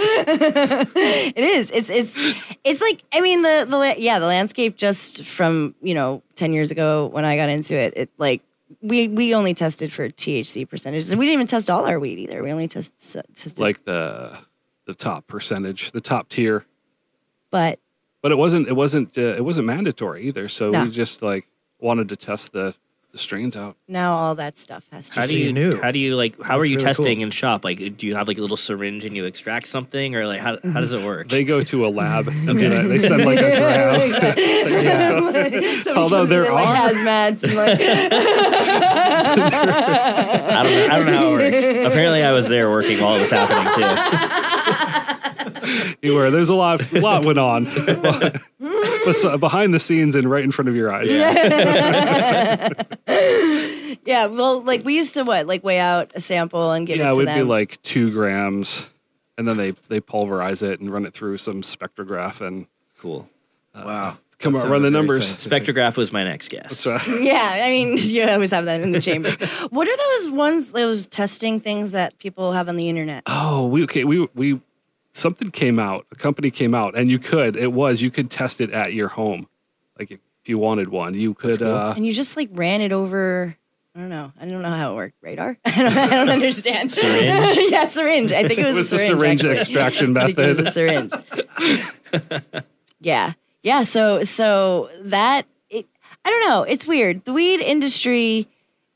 [SPEAKER 2] it is it's it's it's like i mean the the la- yeah the landscape just from you know 10 years ago when i got into it it like we we only tested for thc percentages and we didn't even test all our weed either we only test tested
[SPEAKER 5] like the the top percentage, the top tier.
[SPEAKER 2] but
[SPEAKER 5] But it wasn't it wasn't uh, it wasn't mandatory either. So
[SPEAKER 2] No.
[SPEAKER 5] we just like wanted to test the the strains out.
[SPEAKER 2] now all that stuff has to
[SPEAKER 4] How
[SPEAKER 1] Just so
[SPEAKER 4] do you,
[SPEAKER 1] you knew.
[SPEAKER 4] how do you like how are
[SPEAKER 1] That's
[SPEAKER 4] you
[SPEAKER 1] really
[SPEAKER 4] testing
[SPEAKER 1] cool.
[SPEAKER 4] in shop? Like do you have like a little syringe and you extract something or like how, how does it work?
[SPEAKER 5] They go to a lab and do that. They send like a graph.
[SPEAKER 2] Somebody
[SPEAKER 5] Although
[SPEAKER 2] comes in
[SPEAKER 5] there
[SPEAKER 2] in, like
[SPEAKER 5] are-
[SPEAKER 2] hazmats and like
[SPEAKER 4] I don't know, I don't know how it works. Apparently I was there working while it was happening too.
[SPEAKER 5] you were there's a lot a lot went on. but so- behind the scenes and right in front of your eyes.
[SPEAKER 2] yeah well like we used to what like weigh out a sample and give
[SPEAKER 5] Yeah,
[SPEAKER 2] it
[SPEAKER 5] it
[SPEAKER 2] to
[SPEAKER 5] would
[SPEAKER 2] them
[SPEAKER 5] be like two grams, and then they they pulverize it and run it through some spectrograph and
[SPEAKER 4] Cool.
[SPEAKER 1] Wow.
[SPEAKER 5] Come
[SPEAKER 1] That
[SPEAKER 5] on,
[SPEAKER 1] sounded
[SPEAKER 5] run the
[SPEAKER 1] very
[SPEAKER 5] numbers.
[SPEAKER 1] scientific.
[SPEAKER 4] Spectrograph was my next guess.
[SPEAKER 2] Yeah, I mean, you always have that in the chamber. What are those ones, those testing things that people have on the internet?
[SPEAKER 5] Oh, we okay. We we something came out. A company came out, and you could. It was you could test it at your home, like if you wanted one, you could. Uh,
[SPEAKER 2] And you just like ran it over I don't know. I don't know how it worked. Radar? I don't, I don't understand. Syringe? yeah, syringe. I think it was,
[SPEAKER 5] It was
[SPEAKER 2] a
[SPEAKER 5] the
[SPEAKER 2] syringe.
[SPEAKER 5] syringe
[SPEAKER 2] actually.
[SPEAKER 5] extraction
[SPEAKER 2] I think it was a
[SPEAKER 5] method.
[SPEAKER 2] syringe. yeah, yeah. So, so that it, I don't know. It's weird. The weed industry.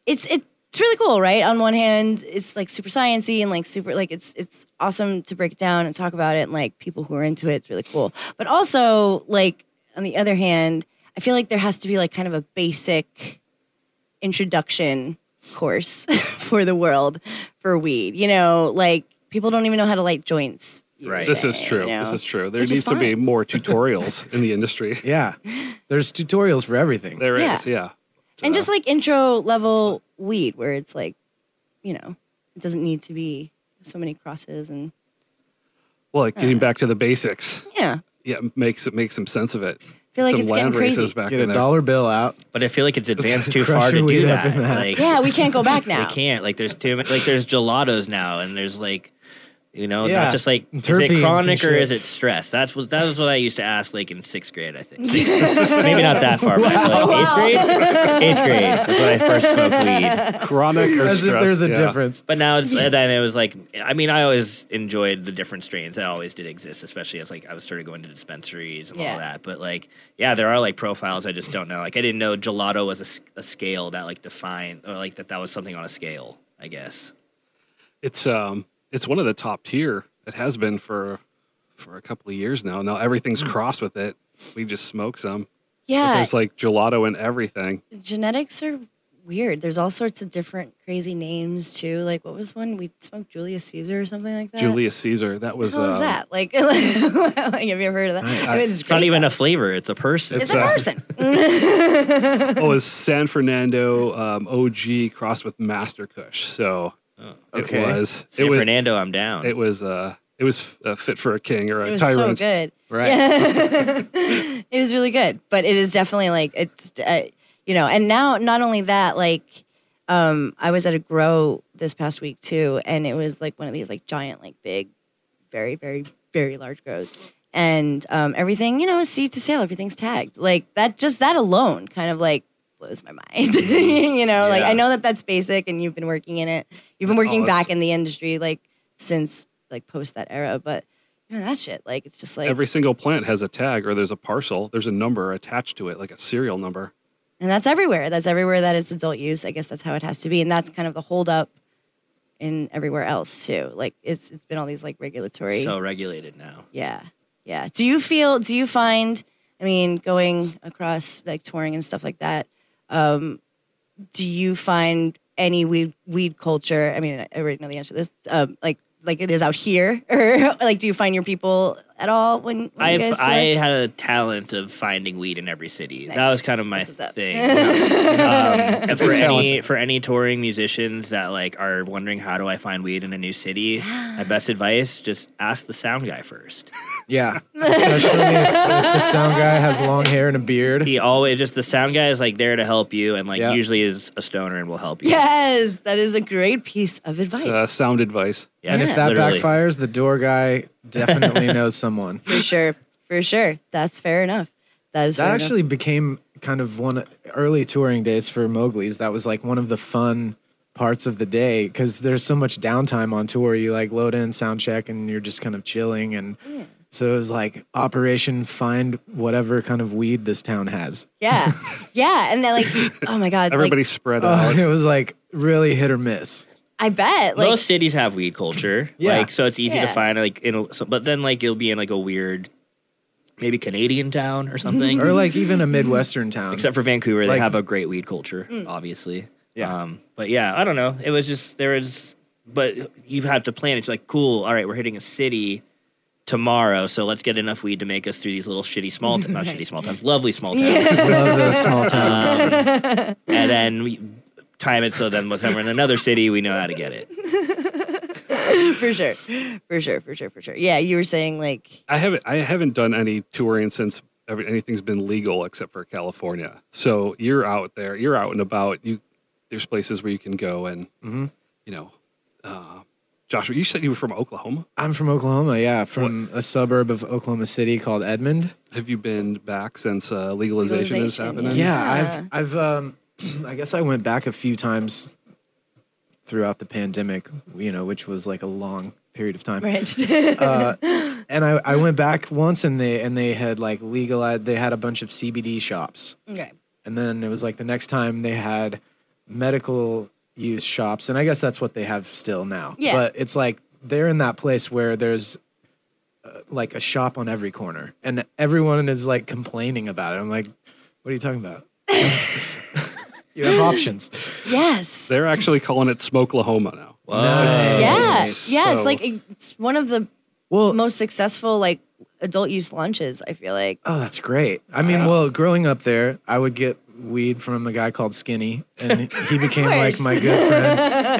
[SPEAKER 2] It's it, it's really cool, right? On one hand, it's like super sciency and like super like it's it's awesome to break it down and talk about it and like people who are into it. It's really cool. But also, like on the other hand, I feel like there has to be like kind of a basic introduction course for the world for weed. You know, like people don't even know how to light joints.
[SPEAKER 4] Right.
[SPEAKER 5] This is
[SPEAKER 2] Yeah,
[SPEAKER 5] true.
[SPEAKER 2] you know.
[SPEAKER 5] This is true. There
[SPEAKER 2] Which is
[SPEAKER 5] needs to be
[SPEAKER 2] fine.
[SPEAKER 5] more tutorials in the industry.
[SPEAKER 1] Yeah. There's tutorials for everything.
[SPEAKER 5] There is,
[SPEAKER 2] Yeah.
[SPEAKER 5] yeah.
[SPEAKER 2] And just like intro level weed where it's like, you know, it doesn't need to be so many crosses and
[SPEAKER 5] Well, like getting back to the basics.
[SPEAKER 2] yeah.
[SPEAKER 5] Yeah, makes it makes some sense of it.
[SPEAKER 2] I feel like
[SPEAKER 5] some
[SPEAKER 2] it's getting
[SPEAKER 5] land races
[SPEAKER 2] crazy.
[SPEAKER 5] back
[SPEAKER 1] Get a
[SPEAKER 5] in there.
[SPEAKER 1] dollar bill out.
[SPEAKER 4] But I feel like it's advanced too
[SPEAKER 1] Crush
[SPEAKER 4] far to
[SPEAKER 1] your weed
[SPEAKER 4] do
[SPEAKER 1] up
[SPEAKER 4] that.
[SPEAKER 1] in that.
[SPEAKER 4] Like,
[SPEAKER 2] Yeah, we can't go back
[SPEAKER 4] we
[SPEAKER 2] now.
[SPEAKER 4] can't. Like, there's too many. Like, there's gelatos now, and there's like, you know,
[SPEAKER 1] Yeah,
[SPEAKER 4] not just like is
[SPEAKER 1] terpenes and
[SPEAKER 4] it chronic or
[SPEAKER 1] shit.
[SPEAKER 4] is it stress? That's what that was what I used to ask like in sixth grade. I think maybe not that far, but like, eighth grade. Eighth grade is when I first smoked weed.
[SPEAKER 5] Chronic or
[SPEAKER 1] As if
[SPEAKER 5] stress,
[SPEAKER 1] there's a
[SPEAKER 5] yeah.
[SPEAKER 1] difference.
[SPEAKER 4] But now it's then it was like I mean I always enjoyed the different strains that always did exist, especially as like I was started going to dispensaries and
[SPEAKER 2] Yeah.
[SPEAKER 4] all that. But like yeah, there are like profiles I just don't know. Like I didn't know gelato was a s a a scale that like defined or like that that was something on a scale. I guess.
[SPEAKER 5] It's um it's one of the top tier. It has been for for a couple of years now. Now everything's crossed with it. We just smoke some. But
[SPEAKER 2] Hmm. Yeah.
[SPEAKER 5] There's like gelato and everything.
[SPEAKER 2] Genetics are weird. There's all sorts of different crazy names too. Like what was one we smoked Julius Caesar or something like that?
[SPEAKER 5] Julius Caesar. That was
[SPEAKER 2] What was
[SPEAKER 5] um,
[SPEAKER 2] that? Like, have you ever heard of that? I mean,
[SPEAKER 4] It's not
[SPEAKER 2] great.
[SPEAKER 4] even a flavor; it's a person.
[SPEAKER 2] It's
[SPEAKER 5] It's
[SPEAKER 2] a
[SPEAKER 5] uh,
[SPEAKER 2] person.
[SPEAKER 5] oh, it's San Fernando um, OG crossed with Master Kush. So
[SPEAKER 1] Okay.
[SPEAKER 5] it was
[SPEAKER 4] San
[SPEAKER 5] it was
[SPEAKER 4] Fernando, I'm down.
[SPEAKER 5] it was uh it was uh, fit for a king or
[SPEAKER 2] It
[SPEAKER 5] a
[SPEAKER 2] was so
[SPEAKER 5] tyrant.
[SPEAKER 2] good.
[SPEAKER 1] Right.
[SPEAKER 2] it was really good but it is definitely like it's uh, you know and now not only that like um i was at a grow this past week too and it was like one of these like giant like big very very very large grows and um everything you know is seed to sale everything's tagged like that just that alone kind of like blows my mind you know like i
[SPEAKER 4] Yeah.
[SPEAKER 2] know that that's basic and you've been working in it you've been working
[SPEAKER 5] Oh, that's-
[SPEAKER 2] back in the industry like since like post that era but you know that shit like it's just like
[SPEAKER 5] Every single plant has a tag or there's a parcel. There's a number attached to it, like a serial number.
[SPEAKER 2] And that's everywhere. That's everywhere that it's adult use. I guess that's how it has to be. And that's kind of the holdup in everywhere else too. Like it's it's been all these like regulatory.
[SPEAKER 4] so regulated now.
[SPEAKER 2] yeah. Yeah. Do you feel do you find I mean, going across like touring and stuff like that, um, do you find any weed weed culture? I mean, I already know the answer to this. Um, like like it is out here, or like do you find your people at all when, when you guys
[SPEAKER 4] I've,
[SPEAKER 2] tour?
[SPEAKER 4] I had a talent of finding weed in every city. That
[SPEAKER 2] Nice.
[SPEAKER 4] was kind of my
[SPEAKER 2] That's what's up.
[SPEAKER 4] thing. um, for any
[SPEAKER 5] Talented.
[SPEAKER 4] for any touring musicians that like are wondering how do I find weed in a new city, my best advice just ask the sound guy first.
[SPEAKER 1] Yeah. Especially if, if the sound guy has long hair and a beard.
[SPEAKER 4] He always just the sound guy is like there to help you and like
[SPEAKER 1] Yeah.
[SPEAKER 4] usually is a stoner and will help you.
[SPEAKER 2] yes, that is a great piece of advice.
[SPEAKER 5] It's uh, sound advice.
[SPEAKER 4] Yeah,
[SPEAKER 1] And if that
[SPEAKER 4] literally.
[SPEAKER 1] backfires, the door guy definitely knows someone.
[SPEAKER 2] For sure. For sure. That's fair enough. That is
[SPEAKER 1] That
[SPEAKER 2] fair
[SPEAKER 1] actually became kind of one early touring days for Mowgli's. That was like one of the fun parts of the day because there's so much downtime on tour. You like load in sound check and you're just kind of chilling. And so it was like Operation Find whatever kind of weed this town has.
[SPEAKER 2] Enough. Yeah. Yeah. And then like, oh my God.
[SPEAKER 5] Everybody
[SPEAKER 2] Like, Uh,
[SPEAKER 5] spread
[SPEAKER 1] Oh,
[SPEAKER 5] out.
[SPEAKER 1] and it was like really hit or miss.
[SPEAKER 2] I bet. Like
[SPEAKER 4] Most cities have weed culture,
[SPEAKER 1] Yeah.
[SPEAKER 4] like so it's easy
[SPEAKER 2] Yeah.
[SPEAKER 4] to find. Like, in a, so, but then like you'll be in like a weird, maybe Canadian town or something.
[SPEAKER 1] Or like even a Midwestern town.
[SPEAKER 4] except for Vancouver, they
[SPEAKER 1] Like-
[SPEAKER 4] have a great weed culture,
[SPEAKER 2] Mm.
[SPEAKER 4] obviously.
[SPEAKER 1] Yeah.
[SPEAKER 4] Um, but yeah, I don't know. It was just there was, but you have to plan. It's like cool. All right, we're hitting a city tomorrow, so let's get enough weed to make us through these little shitty small, t- not shitty small towns, lovely small towns,
[SPEAKER 1] Love those small towns.
[SPEAKER 4] and then we time it so then when we're in another city, we know how to get it.
[SPEAKER 2] for sure. For sure. For sure. For sure. Yeah. You were saying like
[SPEAKER 5] I haven't I haven't done any touring since every, anything's been legal except for California. So you're out there, you're out and about. You there's places where you can go and you know, uh, Joshua, you said you were from Oklahoma.
[SPEAKER 1] I'm from Oklahoma, yeah, from a suburb of Oklahoma City called Edmond.
[SPEAKER 5] Have you been back since uh, legalization, is
[SPEAKER 2] Legalization,
[SPEAKER 5] happening?
[SPEAKER 1] Yeah, I've I've um I guess I went back a few times throughout the pandemic, you know, which was like a long period of time.
[SPEAKER 2] Right.
[SPEAKER 1] And I, I went back once and they and they had like legalized they had a bunch of CBD shops.
[SPEAKER 2] okay.
[SPEAKER 1] And then it was like the next time they had medical use shops. And I guess that's what they have still now.
[SPEAKER 2] Yeah.
[SPEAKER 1] But it's like they're in that place where there's uh, like a shop on every corner and everyone is like complaining about it. I'm like, what are you talking about? you have options.
[SPEAKER 2] Yes.
[SPEAKER 5] They're actually calling it Smokelahoma now.
[SPEAKER 2] yeah. Yeah. It's
[SPEAKER 5] So-
[SPEAKER 2] like it's one of the
[SPEAKER 1] Well,
[SPEAKER 2] most successful like adult use lunches. I feel like.
[SPEAKER 1] Oh, that's great. I mean, well, growing up there, I would get weed from a guy called Skinny, and he became like
[SPEAKER 2] course.
[SPEAKER 1] my good friend.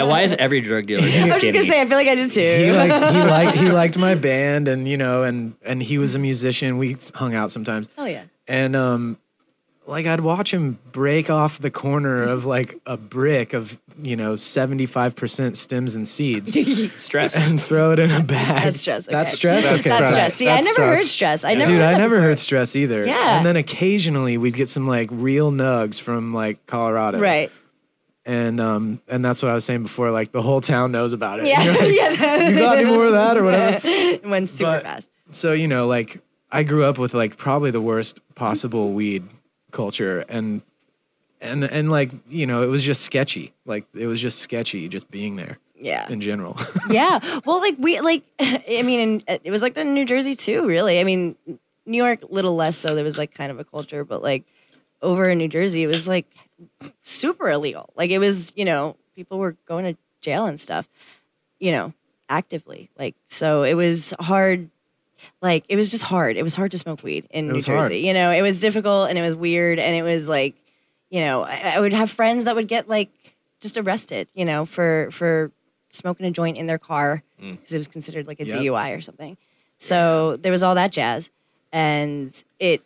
[SPEAKER 4] And why is every drug dealer
[SPEAKER 2] I was just
[SPEAKER 4] skinny?
[SPEAKER 2] gonna say. I feel like I did too.
[SPEAKER 1] He like he liked he liked my band, and you know, and and he was a musician. We hung out sometimes,
[SPEAKER 2] Hell yeah.
[SPEAKER 1] and um, like I'd watch him break off the corner of like a brick of you know seventy five percent stems and seeds.
[SPEAKER 4] stress?
[SPEAKER 1] And throw it in a bag.
[SPEAKER 2] That's stress. Okay.
[SPEAKER 1] That's stress.
[SPEAKER 2] That's
[SPEAKER 1] okay.
[SPEAKER 2] stress. See, I
[SPEAKER 5] That's
[SPEAKER 2] never
[SPEAKER 5] stress.
[SPEAKER 2] heard stress. I never.
[SPEAKER 1] Dude,
[SPEAKER 2] heard
[SPEAKER 1] I
[SPEAKER 2] that
[SPEAKER 1] never
[SPEAKER 2] before.
[SPEAKER 1] heard stress either.
[SPEAKER 2] Yeah.
[SPEAKER 1] And then occasionally we'd get some like real nugs from like Colorado.
[SPEAKER 2] Right.
[SPEAKER 1] And um and that's what I was saying before, like the whole town knows about it.
[SPEAKER 2] Yeah.
[SPEAKER 1] You're like,
[SPEAKER 2] yeah.
[SPEAKER 1] you got any more of that or whatever?
[SPEAKER 2] It went super
[SPEAKER 1] But-
[SPEAKER 2] fast.
[SPEAKER 1] So, you know, like I grew up with like probably the worst possible weed culture and and and like, you know, it was just sketchy. Like it was just sketchy just being there
[SPEAKER 2] Yeah.
[SPEAKER 1] in general.
[SPEAKER 2] yeah. Well, like we like I mean, and it was like that in New Jersey too, really. I mean, New York little less so. There was like kind of a culture, but like over in New Jersey, it was like super illegal. Like it was, you know, people were going to jail and stuff, you know, actively. Like so it was hard like it was just hard. It was hard to smoke weed in New
[SPEAKER 1] was
[SPEAKER 2] Jersey.
[SPEAKER 1] hard.
[SPEAKER 2] You know, it was difficult and it was weird and it was like, you know, I, I would have friends that would get like just arrested, you know, for for smoking a joint in their car
[SPEAKER 4] Mm.
[SPEAKER 2] because it was considered like a
[SPEAKER 1] Yep.
[SPEAKER 2] DUI or something. So there was all that jazz, and it,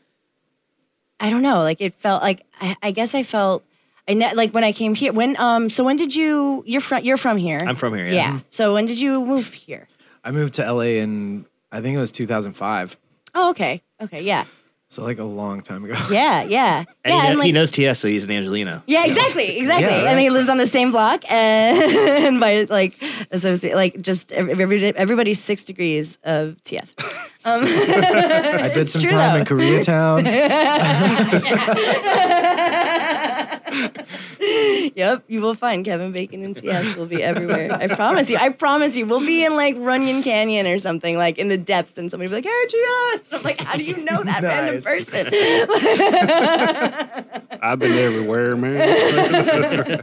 [SPEAKER 2] I don't know, like it felt like I, I guess I felt. I ne- like when I came here. When um, so when did you? You're from you're from here.
[SPEAKER 4] I'm from here, yeah.
[SPEAKER 2] Yeah. So when did you move here?
[SPEAKER 1] I moved to LA in I think it was 2005.
[SPEAKER 2] Oh, okay, okay, yeah,
[SPEAKER 1] So like a long time ago.
[SPEAKER 2] yeah, yeah, yeah.
[SPEAKER 4] And he, kno-
[SPEAKER 2] and, like-
[SPEAKER 4] he knows TS, so he's an Angelino.
[SPEAKER 2] Yeah, exactly, exactly.
[SPEAKER 1] Yeah,
[SPEAKER 2] And he
[SPEAKER 1] right.
[SPEAKER 2] lives on the same block, and, and by like associate, like just ev- every, everybody's six degrees of TS.
[SPEAKER 1] I did some
[SPEAKER 2] true,
[SPEAKER 1] time
[SPEAKER 2] though.
[SPEAKER 1] in Koreatown.
[SPEAKER 2] Yep, you will find Kevin Bacon and TS will be everywhere. I promise you. I promise you. We'll be in like Runyon Canyon or something, like in the depths, and somebody will be like, "Hey, TS!" And I'm like, "How do you know that random
[SPEAKER 1] Nice.
[SPEAKER 2] person?"
[SPEAKER 5] I've been everywhere, man.
[SPEAKER 2] well,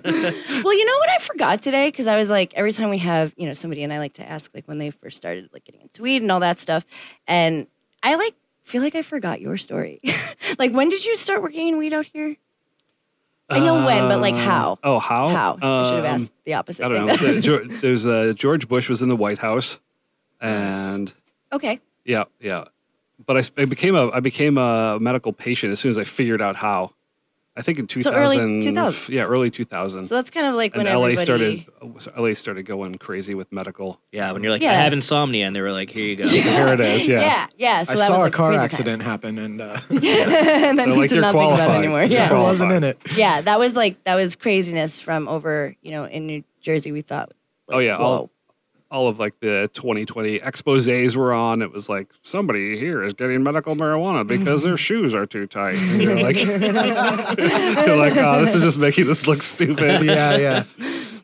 [SPEAKER 2] you know what I forgot today because I was like, every time we have you know somebody, and I like to ask like when they first started like getting into weed and all that stuff, and I like feel like I forgot your story. like, when did you start working in weed out here? I know when, but like how?
[SPEAKER 5] Oh, how?
[SPEAKER 2] How? I should have
[SPEAKER 5] Um,
[SPEAKER 2] asked the opposite.
[SPEAKER 5] I don't know. The-
[SPEAKER 2] thing.
[SPEAKER 5] Geor- There's uh, George Bush was in the White House, and
[SPEAKER 2] okay.
[SPEAKER 5] yeah, yeah. But I, s- I became a I became a medical patient as soon as I figured out how. I think in two
[SPEAKER 2] So early
[SPEAKER 5] thousand.
[SPEAKER 2] 2000s.
[SPEAKER 5] Yeah, early two thousand.
[SPEAKER 2] So that's kind of like
[SPEAKER 5] and
[SPEAKER 2] when
[SPEAKER 5] LA
[SPEAKER 2] everybody
[SPEAKER 5] started uh, so LA started going crazy with medical.
[SPEAKER 4] Yeah, when you're like, I
[SPEAKER 2] Yeah.
[SPEAKER 4] have insomnia, and they were like, here you go.
[SPEAKER 5] Here it is. Yeah.
[SPEAKER 2] Yeah, yeah. So
[SPEAKER 1] I
[SPEAKER 2] that
[SPEAKER 1] saw
[SPEAKER 2] was
[SPEAKER 1] a
[SPEAKER 2] like
[SPEAKER 1] car
[SPEAKER 2] crazy
[SPEAKER 1] accident
[SPEAKER 2] times.
[SPEAKER 1] happen and uh,
[SPEAKER 2] and then
[SPEAKER 5] They're
[SPEAKER 2] he
[SPEAKER 5] like,
[SPEAKER 2] did
[SPEAKER 5] "You're
[SPEAKER 2] not think about
[SPEAKER 5] qualified.
[SPEAKER 2] it anymore.
[SPEAKER 5] You're
[SPEAKER 2] Yeah,
[SPEAKER 1] I wasn't in it.
[SPEAKER 2] yeah. That was like that was craziness from over you know in New Jersey. We thought, like,
[SPEAKER 5] Oh yeah.
[SPEAKER 2] whoa.
[SPEAKER 5] All, all of like the 2020 exposés were on. It was like somebody here is getting medical marijuana because their shoes are too tight. And you're like, you're like, oh, this is just making this look stupid.
[SPEAKER 1] yeah, yeah.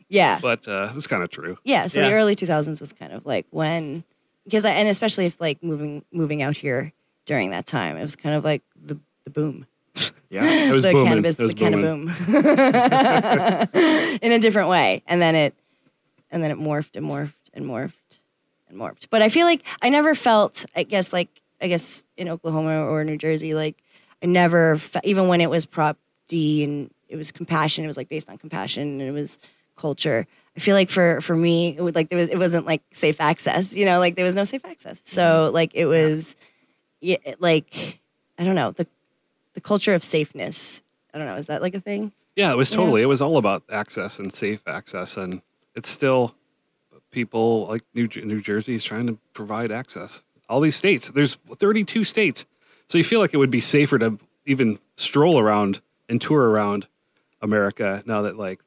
[SPEAKER 2] yeah,
[SPEAKER 5] But uh, it's kind of true.
[SPEAKER 2] yeah. So the
[SPEAKER 5] Yeah.
[SPEAKER 2] early 2000s was kind of like when because I, and especially if like moving moving out here during that time, it was kind of like the the boom.
[SPEAKER 1] Yeah.
[SPEAKER 5] It was
[SPEAKER 2] the
[SPEAKER 5] booming.
[SPEAKER 2] cannabis,
[SPEAKER 5] it was
[SPEAKER 2] the can of
[SPEAKER 5] booming.
[SPEAKER 2] boom, in a different way, and then it, and then it morphed and morphed and morphed and morphed. But I feel like I never felt, I guess, like I guess in Oklahoma or New Jersey, like I never, fe- even when it was Prop D and it was compassion, it was like based on compassion and it was culture. I feel like for for me, it would like there was it wasn't like safe access, you know, like there was no safe access. So like it was, yeah, it, like I don't know the the culture of safeness. I don't know. Is that like a thing?
[SPEAKER 5] Yeah, it was totally. It was all about access and safe access, and it's still people like New Jer- New Jersey is trying to provide access. All these states, there's 32 states, so you feel like it would be safer to even stroll around and tour around America now that like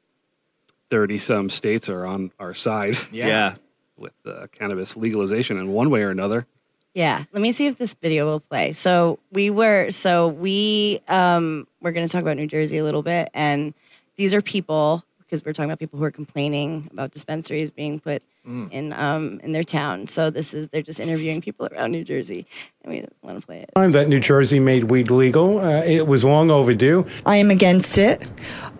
[SPEAKER 5] 30 some states are on our side
[SPEAKER 4] Yeah.
[SPEAKER 5] with uh, cannabis legalization in one way or another.
[SPEAKER 2] Yeah, let me see if this video will play. So we were, so we um, we're going to talk about New Jersey a little bit, and these are people because we're talking about people who are complaining about dispensaries being put in um, in their town. So this is they're just interviewing people around New Jersey, and we want to play it.
[SPEAKER 7] time that New Jersey made weed legal. Uh, it was long overdue.
[SPEAKER 8] I am against it,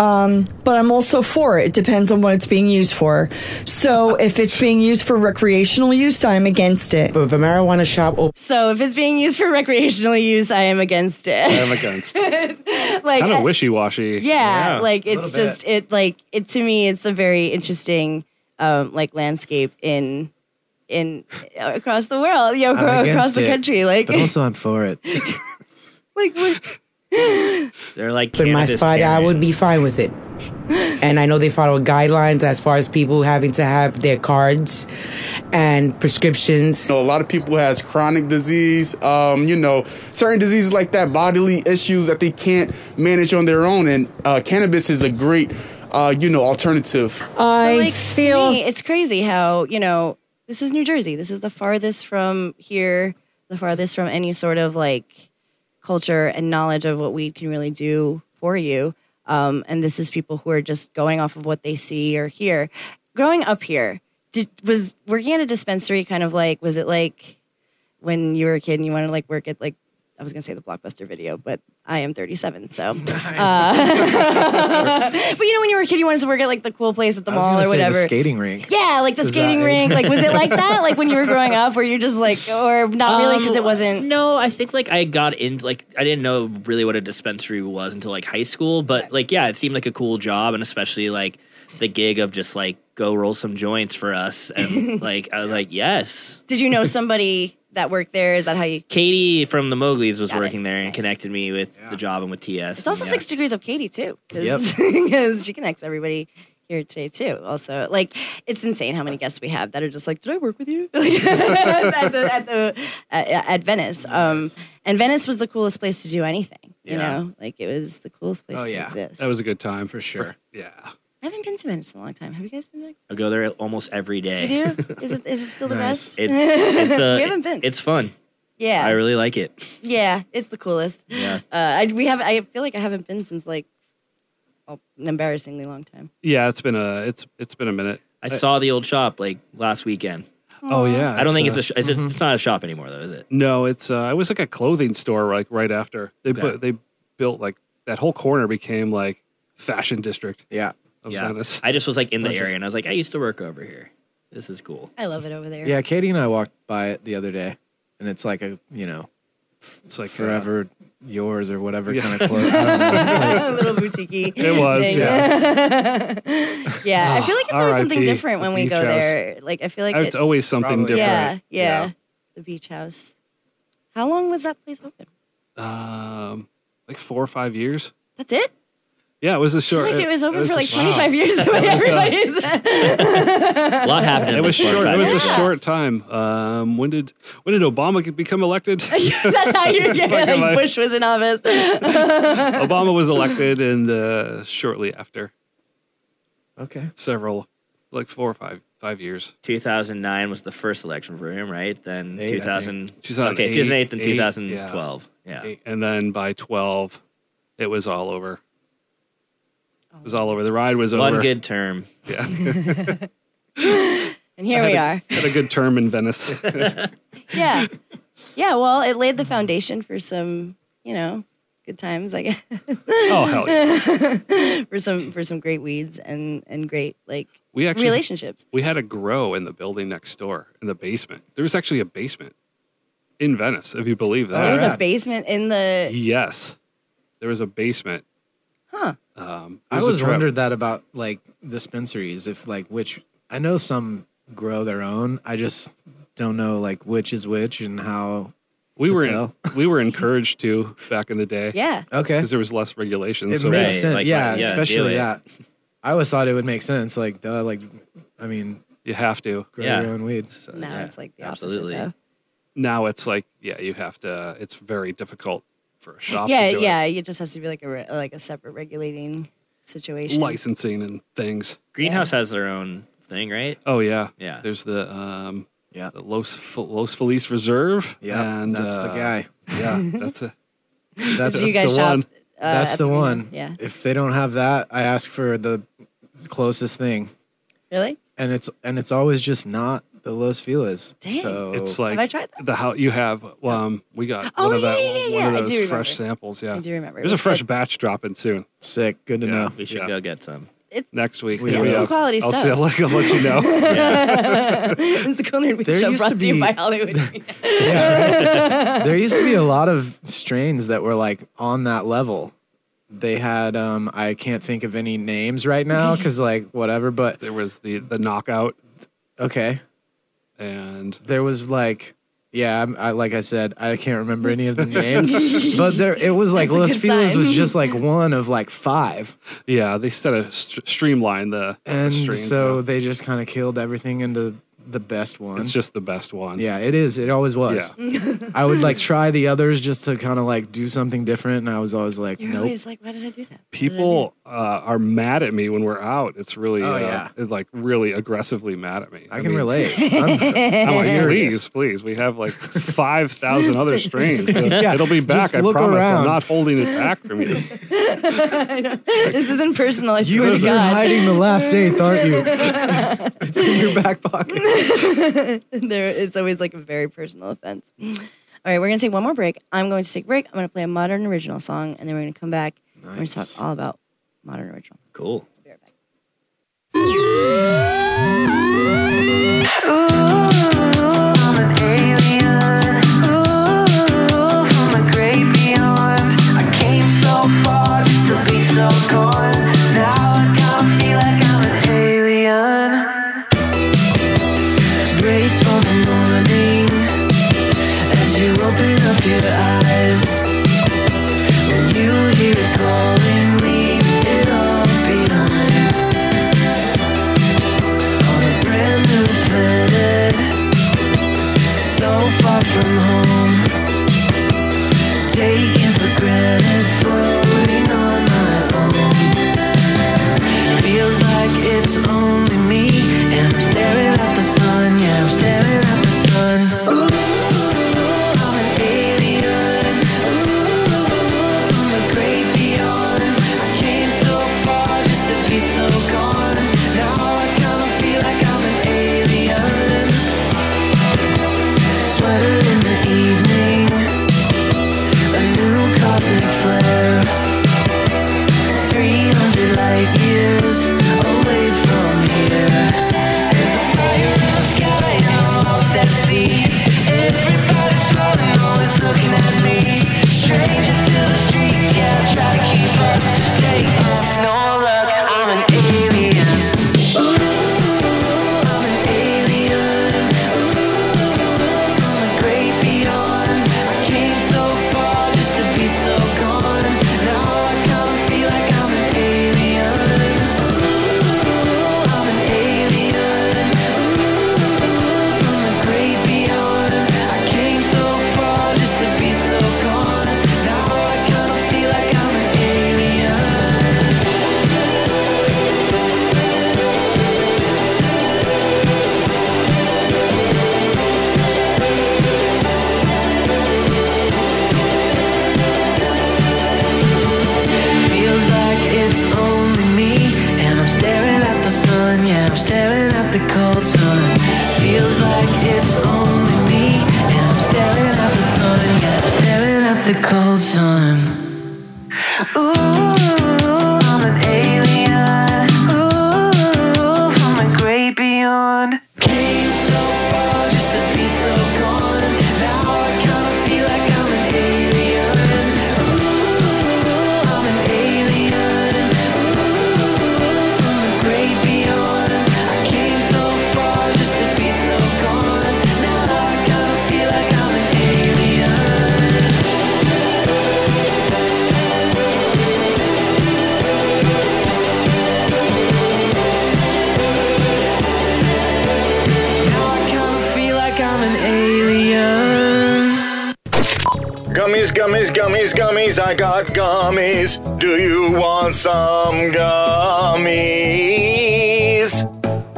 [SPEAKER 8] um, but I'm also for it. It depends on what it's being used for. So if it's being used for recreational use, I'm against it.
[SPEAKER 9] If a marijuana shop opens
[SPEAKER 2] So if it's being used for recreational use, I am against it.
[SPEAKER 5] I'm against
[SPEAKER 2] like
[SPEAKER 5] kind of wishy washy.
[SPEAKER 2] yeah, like it's
[SPEAKER 1] little
[SPEAKER 2] just it like it to me it's a very interesting um like landscape in in across the world you know,
[SPEAKER 1] I'm
[SPEAKER 2] acro- across
[SPEAKER 1] against
[SPEAKER 2] the
[SPEAKER 1] it,
[SPEAKER 2] country like
[SPEAKER 1] But also, I'm for it.
[SPEAKER 2] like what-
[SPEAKER 4] They're like
[SPEAKER 9] in my
[SPEAKER 4] cannabis
[SPEAKER 9] spot, I
[SPEAKER 4] Karen.
[SPEAKER 9] would be fine with it. And I know they follow guidelines as far as people having to have their cards and prescriptions.
[SPEAKER 10] You know, a lot of people has chronic disease, um, you know, certain diseases like that, bodily issues that they can't manage on their own. And uh, cannabis is a great, uh, you know, alternative.
[SPEAKER 2] so,
[SPEAKER 9] I
[SPEAKER 2] like to
[SPEAKER 9] feel
[SPEAKER 2] me, it's crazy how you know this is New Jersey this is the farthest from here the farthest from any sort of like culture and knowledge of what weed can really do for you um, and this is people who are just going off of what they see or hear growing up here did was working at a dispensary kind of like was it like when you were a kid and you wanted to like work at like I was gonna say the blockbuster video, but I am 37, so. Uh, but you know, when you were a kid, you wanted to work at like the cool place at the
[SPEAKER 1] I was
[SPEAKER 2] mall
[SPEAKER 1] gonna
[SPEAKER 2] or
[SPEAKER 1] say
[SPEAKER 2] whatever.
[SPEAKER 1] The skating rink.
[SPEAKER 2] yeah, like the
[SPEAKER 1] Is that
[SPEAKER 2] skating
[SPEAKER 1] it?
[SPEAKER 2] rink. Like, was it like that? Like when you were growing up, where you're just like, or not really because it
[SPEAKER 4] Um,
[SPEAKER 2] wasn't.
[SPEAKER 4] No, I think like I got into like I didn't know really what a dispensary was until like high school, but like yeah, it seemed like a cool job, and especially like the gig of just like go roll some joints for us, and like I was like yes.
[SPEAKER 2] Did you know somebody that worked there? Is that how you?
[SPEAKER 4] Katie from the Mowgli's was
[SPEAKER 2] Got it.
[SPEAKER 4] working there and
[SPEAKER 2] Nice.
[SPEAKER 4] connected me with the job and with TS.
[SPEAKER 2] It's also
[SPEAKER 4] and, yeah.
[SPEAKER 2] six degrees of Katie too,
[SPEAKER 1] Yep.
[SPEAKER 2] because she connects everybody here today too. Also, like it's insane how many guests we have that are just like, "Did I work with you?" Like, at the at the at, at Venice, um, and Venice was the coolest place to do anything. You
[SPEAKER 4] Yeah.
[SPEAKER 2] know, like it was the coolest place
[SPEAKER 1] Oh,
[SPEAKER 2] to
[SPEAKER 1] yeah.
[SPEAKER 2] exist.
[SPEAKER 5] That was a good time for
[SPEAKER 1] sure.
[SPEAKER 5] yeah.
[SPEAKER 2] I haven't been to Venice in a long time. Have you guys been back?
[SPEAKER 4] I go there almost every day.
[SPEAKER 2] You do? Is it is it still the
[SPEAKER 1] Nice.
[SPEAKER 2] best?
[SPEAKER 4] It's, it's uh,
[SPEAKER 2] We haven't been.
[SPEAKER 4] It's fun.
[SPEAKER 2] yeah,
[SPEAKER 4] I really like it.
[SPEAKER 2] yeah, it's the coolest.
[SPEAKER 4] Yeah.
[SPEAKER 2] Uh, I we have. I feel like I haven't been since like oh, an embarrassingly long time.
[SPEAKER 5] Yeah, it's been a it's it's been a minute.
[SPEAKER 4] I saw the old shop like last weekend.
[SPEAKER 5] Oh yeah.
[SPEAKER 4] I don't think
[SPEAKER 5] uh,
[SPEAKER 4] it's a sh- it's, it's not a shop anymore though, is it?
[SPEAKER 5] No, it's uh, it was like a clothing store like right after. They
[SPEAKER 4] Okay.
[SPEAKER 5] put they built like that whole corner became like fashion district
[SPEAKER 1] Yeah.
[SPEAKER 5] of
[SPEAKER 4] yeah.
[SPEAKER 5] Venice.
[SPEAKER 4] I just was like in the area and I was like, I used to work over here. This is cool.
[SPEAKER 2] I love it over there.
[SPEAKER 1] Yeah. Katie and I walked by it the other day, and it's like a you know
[SPEAKER 5] It's like uh,
[SPEAKER 1] forever yours or whatever Um,
[SPEAKER 5] Yeah.
[SPEAKER 1] kind of clothes. I don't know.
[SPEAKER 2] a little boutique.
[SPEAKER 5] It was,
[SPEAKER 2] Yeah. I feel like it's always something
[SPEAKER 5] RIP,
[SPEAKER 2] different when
[SPEAKER 5] the
[SPEAKER 2] we
[SPEAKER 5] beach
[SPEAKER 2] go
[SPEAKER 5] house.
[SPEAKER 2] there. Like I feel like
[SPEAKER 5] it's
[SPEAKER 2] it-
[SPEAKER 5] always something
[SPEAKER 1] Probably.
[SPEAKER 5] different.
[SPEAKER 2] yeah, yeah, the beach house. How long was that place open?
[SPEAKER 5] yeah. Um, like four or five years.
[SPEAKER 2] That's it.
[SPEAKER 5] Yeah, it was a
[SPEAKER 2] I
[SPEAKER 5] short.
[SPEAKER 2] feel like it was open for
[SPEAKER 5] a
[SPEAKER 2] like
[SPEAKER 5] sh-
[SPEAKER 2] 25 years. The
[SPEAKER 5] uh,
[SPEAKER 2] way everybody is.
[SPEAKER 4] A lot happened. in
[SPEAKER 5] It was
[SPEAKER 4] this
[SPEAKER 5] short.
[SPEAKER 4] part
[SPEAKER 5] It
[SPEAKER 4] of
[SPEAKER 5] was a
[SPEAKER 4] time.
[SPEAKER 5] short time. Um, when did when did Obama get- become elected?
[SPEAKER 2] That's how you're. you're
[SPEAKER 5] Fucking
[SPEAKER 2] like
[SPEAKER 5] life.
[SPEAKER 2] Bush was in office.
[SPEAKER 5] Obama was elected, and uh, shortly after,
[SPEAKER 1] Okay.
[SPEAKER 5] several, like four or five five years.
[SPEAKER 4] 2009 was the first election for him, right? Then
[SPEAKER 1] Eight, I
[SPEAKER 4] 2000.
[SPEAKER 5] think. 2008,
[SPEAKER 4] okay, 2008 and
[SPEAKER 5] eight,
[SPEAKER 4] 2012. Yeah.
[SPEAKER 5] And then by twelve, it was all over. It
[SPEAKER 2] Oh.
[SPEAKER 5] was all over. The ride was
[SPEAKER 4] One
[SPEAKER 5] over.
[SPEAKER 4] good term.
[SPEAKER 5] Yeah,
[SPEAKER 2] and here we are.
[SPEAKER 5] had a good term in Venice.
[SPEAKER 2] Yeah, yeah. Well, it laid the foundation for some, you know, good times. I guess
[SPEAKER 5] oh hell yeah!
[SPEAKER 2] for some for some great weeds and and great like
[SPEAKER 5] We actually
[SPEAKER 2] relationships.
[SPEAKER 5] we had a grow in the building next door in the basement. There was actually a basement in Venice, if you believe that.
[SPEAKER 2] There was a
[SPEAKER 1] Alright.
[SPEAKER 2] basement in the
[SPEAKER 5] Yes, there was a basement.
[SPEAKER 2] Huh.
[SPEAKER 5] Um, it
[SPEAKER 1] I
[SPEAKER 5] was
[SPEAKER 1] always
[SPEAKER 5] a trip.
[SPEAKER 1] wondered that about like dispensaries, if like which I know some grow their own. I just don't know like which is which and how.
[SPEAKER 5] We
[SPEAKER 1] to
[SPEAKER 5] were
[SPEAKER 1] tell.
[SPEAKER 5] we were encouraged to back in the day.
[SPEAKER 2] yeah.
[SPEAKER 1] Okay,
[SPEAKER 5] because there was less regulation.
[SPEAKER 1] it
[SPEAKER 5] so
[SPEAKER 1] makes
[SPEAKER 4] Right,
[SPEAKER 1] sense.
[SPEAKER 4] like,
[SPEAKER 1] yeah,
[SPEAKER 4] like, yeah, do
[SPEAKER 1] especially
[SPEAKER 4] it.
[SPEAKER 1] that. I always thought it would make sense. Like, duh, like, I mean,
[SPEAKER 5] you have to.
[SPEAKER 1] grow
[SPEAKER 4] Yeah.
[SPEAKER 1] your own weeds.
[SPEAKER 4] So,
[SPEAKER 2] Now
[SPEAKER 4] yeah,
[SPEAKER 2] it's like the
[SPEAKER 4] absolutely.
[SPEAKER 2] opposite.
[SPEAKER 5] Now it's like, yeah, you have to. It's very difficult for a
[SPEAKER 2] Though.
[SPEAKER 5] shop.
[SPEAKER 2] Yeah,
[SPEAKER 5] to do it.
[SPEAKER 2] yeah. It. just has to be like a re- like a separate regulating situation.
[SPEAKER 5] licensing and things.
[SPEAKER 4] Greenhouse has their own thing, right?
[SPEAKER 5] Oh yeah,
[SPEAKER 4] Yeah.
[SPEAKER 5] There's the um, yeah the Los F- Los Feliz Reserve.
[SPEAKER 1] Yeah,
[SPEAKER 5] and,
[SPEAKER 1] that's the
[SPEAKER 5] uh,
[SPEAKER 1] guy.
[SPEAKER 5] Yeah, that's a
[SPEAKER 1] That's
[SPEAKER 2] If you guys shop, uh,
[SPEAKER 1] That's
[SPEAKER 2] at
[SPEAKER 1] the
[SPEAKER 2] the
[SPEAKER 1] one.
[SPEAKER 2] Greenhouse, yeah.
[SPEAKER 1] If they don't have that, I ask for the closest thing,
[SPEAKER 2] Really?
[SPEAKER 1] and it's and it's always just not the Los Feliz.
[SPEAKER 2] Dang.
[SPEAKER 1] So
[SPEAKER 5] It's like
[SPEAKER 2] I tried
[SPEAKER 5] the how you have. Um, we got
[SPEAKER 2] Oh,
[SPEAKER 5] one of
[SPEAKER 2] yeah,
[SPEAKER 5] that
[SPEAKER 2] yeah, yeah,
[SPEAKER 5] one
[SPEAKER 2] yeah. I
[SPEAKER 5] of
[SPEAKER 2] do
[SPEAKER 5] those fresh
[SPEAKER 2] remember.
[SPEAKER 5] samples. Yeah,
[SPEAKER 2] I do remember. It
[SPEAKER 5] There's a
[SPEAKER 2] was
[SPEAKER 5] fresh
[SPEAKER 2] good.
[SPEAKER 5] batch dropping soon.
[SPEAKER 1] sick. Good to
[SPEAKER 5] Yeah.
[SPEAKER 1] know.
[SPEAKER 4] We should
[SPEAKER 5] Yeah.
[SPEAKER 4] go get some.
[SPEAKER 5] Next week,
[SPEAKER 1] We
[SPEAKER 5] yeah,
[SPEAKER 1] have
[SPEAKER 5] yeah.
[SPEAKER 1] some
[SPEAKER 2] quality
[SPEAKER 5] I'll
[SPEAKER 2] stuff.
[SPEAKER 5] See, I'll, let- I'll let you know.
[SPEAKER 2] it's the Cool Nerd Week
[SPEAKER 1] There
[SPEAKER 2] Show
[SPEAKER 1] used
[SPEAKER 2] brought
[SPEAKER 1] to
[SPEAKER 2] to, you
[SPEAKER 1] be-
[SPEAKER 2] by Hollywood. Green.
[SPEAKER 1] there used to be a lot of strains that were like on that level. They had um I can't think of any names right now cuz like whatever but
[SPEAKER 5] there was the the knockout
[SPEAKER 1] okay.
[SPEAKER 5] and
[SPEAKER 1] There was like yeah, I'm- I, like I said, I can't remember any of the names, but there it was like
[SPEAKER 2] That's a
[SPEAKER 1] Los
[SPEAKER 2] good
[SPEAKER 1] Feliz
[SPEAKER 2] sign.
[SPEAKER 1] was just like one of like five,
[SPEAKER 5] yeah they set a st- streamline the the
[SPEAKER 1] and
[SPEAKER 5] strains
[SPEAKER 1] so
[SPEAKER 5] now.
[SPEAKER 1] they just kind of killed everything into the best one.
[SPEAKER 5] it's just the best one.
[SPEAKER 1] yeah, it is. It always was. I would like try the others just to kind of like do something different, and I was always like,
[SPEAKER 2] You're
[SPEAKER 1] nope.
[SPEAKER 2] always like, why did I do that?
[SPEAKER 5] people uh, are mad at me when we're out. It's really,
[SPEAKER 1] Oh,
[SPEAKER 5] uh,
[SPEAKER 1] yeah.
[SPEAKER 5] it's like really aggressively mad at me.
[SPEAKER 1] I can
[SPEAKER 5] mean,
[SPEAKER 1] relate. I'm-
[SPEAKER 5] I'm like, please,
[SPEAKER 1] furious.
[SPEAKER 5] please. We have like five thousand other strains.
[SPEAKER 1] Yeah,
[SPEAKER 5] It'll be back.
[SPEAKER 1] just
[SPEAKER 5] I
[SPEAKER 1] look
[SPEAKER 5] promise.
[SPEAKER 1] around.
[SPEAKER 5] I'm not holding it back from you.
[SPEAKER 2] This isn't personal. I
[SPEAKER 1] You
[SPEAKER 2] swear
[SPEAKER 1] are
[SPEAKER 2] to God.
[SPEAKER 1] hiding the last eighth, aren't you? it's in your back pocket.
[SPEAKER 2] there it's always like a very personal offense. All right, we're gonna take one more break. I'm going to take a break. I'm gonna play a modern original song, and then we're gonna come back. and We're gonna talk all about modern original.
[SPEAKER 4] Cool.
[SPEAKER 11] Brace for the morning as you open up your eyes. When you hear it calling, leave it all behind. On a brand new planet, so far from home. Taken for granted, floating on my own. Feels like it's only me, and I'm staring at the sun. Yeah, I'm staring at the sun. Ooh, I'm an alien. Ooh, from the great beyond. I came so far just to be so gone. Now I kinda feel like I'm an alien. Sweater in the evening, a new cosmic flare. 300 light years away from here. There's a fire in the sky, I'm lost at sea. Everybody's smiling, always looking at me. Stranger to the streets, yeah, I try to keep up. Take off, no luck, I'm an alien. Ooh, I'm an alien. Ooh, from the great beyond. I came so far just to be so gone. Now I kinda feel like I'm an alien. Ooh, I'm an alien. Ooh, from the great beyond. I came so far just to be so gone. Now I kinda feel like I'm an alien. Feels like it's only me, and I'm staring at the sun. Yeah, I'm staring at the cold sun. Feels like it's only me, and I'm staring at the sun. Yeah, I'm staring at the cold sun. Ooh, I'm an alien. Ooh, from a great beyond. Came so far just to be so gone. Now I kinda feel like I'm an alien. Ooh, I'm an alien. Ooh, from the great beyond. I came so far just to be so gone. Now I kinda feel like I'm an alien.
[SPEAKER 6] Gummies, gummies, gummies, gummies, I got gummies. Do you want some gummies?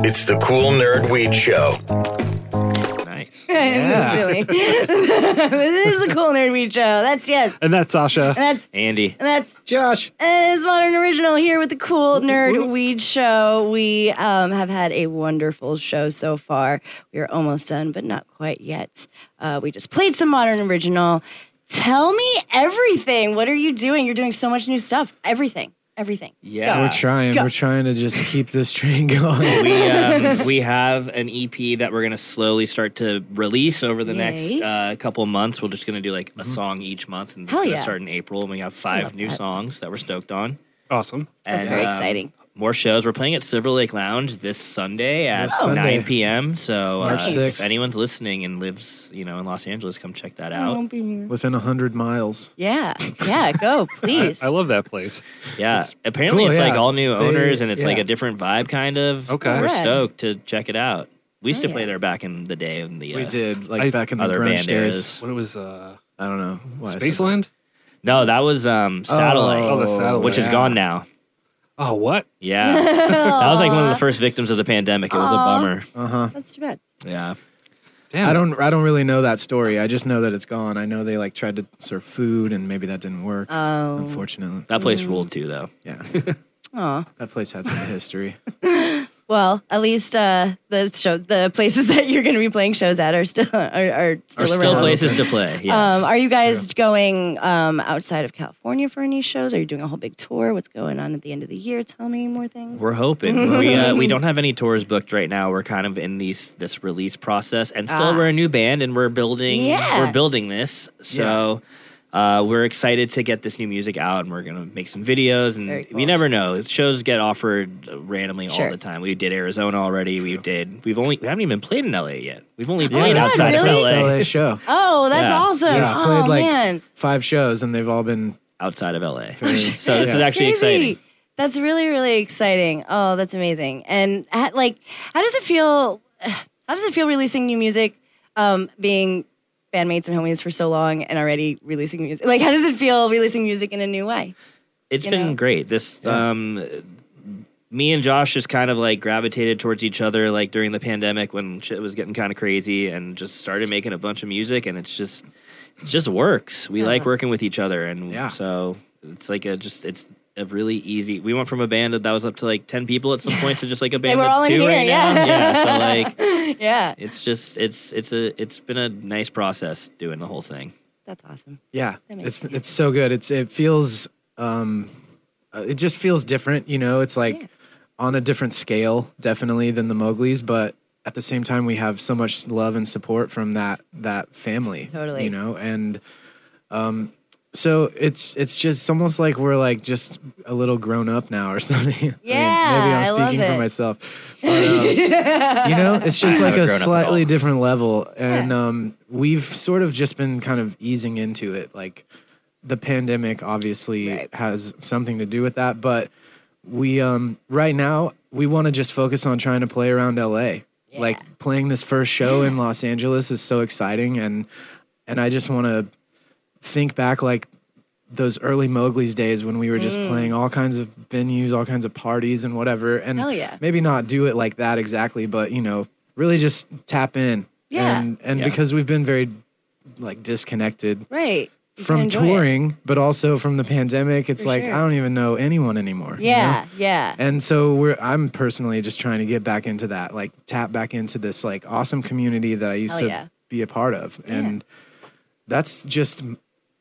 [SPEAKER 6] It's the Cool Nerd Weed Show.
[SPEAKER 4] Nice.
[SPEAKER 2] Yeah. Billy. this is the cool nerd weed show. That's yes.
[SPEAKER 5] And that's Sasha.
[SPEAKER 2] That's-
[SPEAKER 4] Andy.
[SPEAKER 2] And that's Josh. And it's Modern Original here with the Cool Nerd Weed Show. We um, have had a wonderful show so far. We are almost done, but not quite yet. Uh, we just played some Modern Original. Tell me everything. What are you doing? You're doing so much new stuff. Everything. Everything.
[SPEAKER 4] Yeah.
[SPEAKER 1] We're trying.
[SPEAKER 4] Go.
[SPEAKER 1] We're trying to just keep this train going.
[SPEAKER 4] we um, we have an EP that we're gonna slowly start to release over the
[SPEAKER 2] Yay. Mm-hmm.
[SPEAKER 4] next uh, couple months. We're just gonna do like a song each month, and it's
[SPEAKER 2] Hell
[SPEAKER 4] gonna
[SPEAKER 2] yeah.
[SPEAKER 4] start in April. And we have
[SPEAKER 2] I love
[SPEAKER 4] five new
[SPEAKER 2] that.
[SPEAKER 4] songs that we're stoked on. um,
[SPEAKER 5] Awesome,
[SPEAKER 2] That's very
[SPEAKER 5] um,
[SPEAKER 2] exciting.
[SPEAKER 4] More shows. We're playing at Silver Lake Lounge this Sunday at
[SPEAKER 1] This Sunday.
[SPEAKER 4] 9 p.m. So, uh,
[SPEAKER 1] March
[SPEAKER 4] if
[SPEAKER 1] 6th.
[SPEAKER 4] anyone's listening and lives, you know, in Los Angeles, come check that
[SPEAKER 2] I
[SPEAKER 4] out.
[SPEAKER 2] won't be here.
[SPEAKER 1] Within a hundred miles.
[SPEAKER 2] Yeah. Yeah. Go, please.
[SPEAKER 5] I love that place.
[SPEAKER 4] Yeah, apparently
[SPEAKER 1] cool,
[SPEAKER 4] it's like
[SPEAKER 1] yeah.
[SPEAKER 4] all new
[SPEAKER 1] They-
[SPEAKER 4] owners, and it's like
[SPEAKER 1] yeah.
[SPEAKER 4] a different vibe, kind of.
[SPEAKER 5] Okay.
[SPEAKER 4] we're
[SPEAKER 2] Rad.
[SPEAKER 4] stoked to check it out. We used
[SPEAKER 2] Oh,
[SPEAKER 4] to
[SPEAKER 2] yeah.
[SPEAKER 4] play there back in the day. In the
[SPEAKER 1] We
[SPEAKER 4] uh,
[SPEAKER 1] did like
[SPEAKER 5] I-
[SPEAKER 1] back in the
[SPEAKER 4] other
[SPEAKER 1] grunge
[SPEAKER 4] band
[SPEAKER 1] days.
[SPEAKER 4] is.
[SPEAKER 5] What it was, uh,
[SPEAKER 1] I don't know. why I said that.
[SPEAKER 5] Spaceland?
[SPEAKER 4] No, that was um, Satellite,
[SPEAKER 5] Oh, the satellite.
[SPEAKER 4] which is
[SPEAKER 5] Yeah.
[SPEAKER 4] gone now.
[SPEAKER 5] Oh, what?
[SPEAKER 4] Yeah. that was like one of the first victims of the pandemic. It was a
[SPEAKER 2] Aw.
[SPEAKER 4] bummer.
[SPEAKER 1] Uh-huh.
[SPEAKER 2] That's too bad.
[SPEAKER 4] Yeah.
[SPEAKER 5] Damn.
[SPEAKER 2] Oh.
[SPEAKER 1] I don't I don't really know that story. I just know that it's gone. I know they like tried to serve food and maybe that didn't work,
[SPEAKER 2] Oh.
[SPEAKER 1] unfortunately.
[SPEAKER 4] That place ruled too, though.
[SPEAKER 1] Yeah.
[SPEAKER 2] Aw.
[SPEAKER 1] that place had some history.
[SPEAKER 2] Well, at least uh, the show, the places that you're going to be playing shows at are still are, are still
[SPEAKER 4] Are
[SPEAKER 2] around.
[SPEAKER 4] still places to play. Yes.
[SPEAKER 2] Um, are you guys going um, outside of California for any shows? Are you doing a whole big tour? What's going on at the end of the year? Tell me more things.
[SPEAKER 4] We're hoping we uh, we don't have any tours booked right now. We're kind of in these this release process, and still
[SPEAKER 2] Ah.
[SPEAKER 4] we're a new band, and we're building
[SPEAKER 2] Yeah.
[SPEAKER 4] we're building this. So uh, we're excited to get this new music out, and we're gonna make some videos.
[SPEAKER 2] Very
[SPEAKER 4] And
[SPEAKER 2] cool.
[SPEAKER 4] we never know; shows get offered randomly
[SPEAKER 2] Sure.
[SPEAKER 4] all the time. We did Arizona already. We did. We've only we haven't even played in LA yet. We've only
[SPEAKER 2] my
[SPEAKER 4] played
[SPEAKER 2] God,
[SPEAKER 4] outside
[SPEAKER 2] really?
[SPEAKER 4] of LA.
[SPEAKER 1] LA show.
[SPEAKER 2] Oh, that's
[SPEAKER 4] Yeah.
[SPEAKER 2] awesome!
[SPEAKER 1] We've
[SPEAKER 2] Oh
[SPEAKER 1] played like
[SPEAKER 2] man,
[SPEAKER 1] five shows and they've all been
[SPEAKER 4] Outside of LA. so
[SPEAKER 1] Very-
[SPEAKER 4] this
[SPEAKER 1] That's
[SPEAKER 4] is
[SPEAKER 2] crazy.
[SPEAKER 4] actually exciting.
[SPEAKER 2] That's really really exciting. Oh, that's amazing. And ha- like, how does it feel? How does it feel releasing new music, um, being bandmates and homies for so long, and already releasing music? Like, how does it feel releasing music in a new way?
[SPEAKER 4] It's
[SPEAKER 2] you
[SPEAKER 4] been
[SPEAKER 2] know?
[SPEAKER 4] great. This um me and Josh just kind of like gravitated towards each other like during the pandemic when shit was getting kind of crazy and just started making a bunch of music and it's just it just works. We like working with each other and
[SPEAKER 1] Yeah.
[SPEAKER 4] so it's like a just it's a really easy. We went from a band that was up to like 10 people at some point to just like a band
[SPEAKER 2] were
[SPEAKER 4] that's
[SPEAKER 2] all in
[SPEAKER 4] two
[SPEAKER 2] here,
[SPEAKER 4] right
[SPEAKER 2] yeah.
[SPEAKER 4] now. Yeah, so like
[SPEAKER 2] yeah,
[SPEAKER 4] it's just it's it's a it's been a nice process doing the whole thing.
[SPEAKER 2] that's awesome.
[SPEAKER 1] Yeah,
[SPEAKER 2] That
[SPEAKER 1] it's
[SPEAKER 2] makes sense.
[SPEAKER 1] it's so good. It's it feels um, uh, it just feels different. You know, it's like
[SPEAKER 2] Yeah.
[SPEAKER 1] on a different scale, definitely than the Mowglis, but at the same time, we have so much love and support from that that family.
[SPEAKER 2] Totally.
[SPEAKER 1] you know, and um, so it's it's just almost like we're like just a little grown up now or something. I mean,
[SPEAKER 2] Yeah, I
[SPEAKER 1] maybe
[SPEAKER 2] love
[SPEAKER 1] I'm speaking
[SPEAKER 2] it.
[SPEAKER 1] for myself. But, um, you know it's just like
[SPEAKER 4] haven't
[SPEAKER 1] a
[SPEAKER 4] grown up at
[SPEAKER 1] slightly
[SPEAKER 4] all.
[SPEAKER 1] different level and um, we've sort of just been kind of easing into it like the pandemic obviously
[SPEAKER 2] Right.
[SPEAKER 1] has something to do with that but we um, right now we want to just focus on trying to play around la like playing this first show in los angeles is so exciting and and i just want to think back like those early Mowgli's days when we were
[SPEAKER 2] Mm.
[SPEAKER 1] just playing all kinds of venues, all kinds of parties and whatever. And
[SPEAKER 2] Hell yeah.
[SPEAKER 1] maybe not do it like that exactly, but you know, really just tap in.
[SPEAKER 2] Yeah.
[SPEAKER 1] And and
[SPEAKER 4] Yeah.
[SPEAKER 1] because we've been very like disconnected
[SPEAKER 2] Right. You can
[SPEAKER 1] from
[SPEAKER 2] enjoy it.
[SPEAKER 1] touring, but also from the pandemic, it's
[SPEAKER 2] For
[SPEAKER 1] like
[SPEAKER 2] sure.
[SPEAKER 1] I don't even know anyone anymore. you
[SPEAKER 2] Yeah,
[SPEAKER 1] know?
[SPEAKER 2] yeah.
[SPEAKER 1] And so we're I'm personally just trying to get back into that, like tap back into this like awesome community that I used
[SPEAKER 2] Hell
[SPEAKER 1] to
[SPEAKER 2] yeah.
[SPEAKER 1] be a part of. And that's just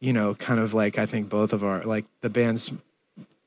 [SPEAKER 1] you know, kind of like I think both of our like the band's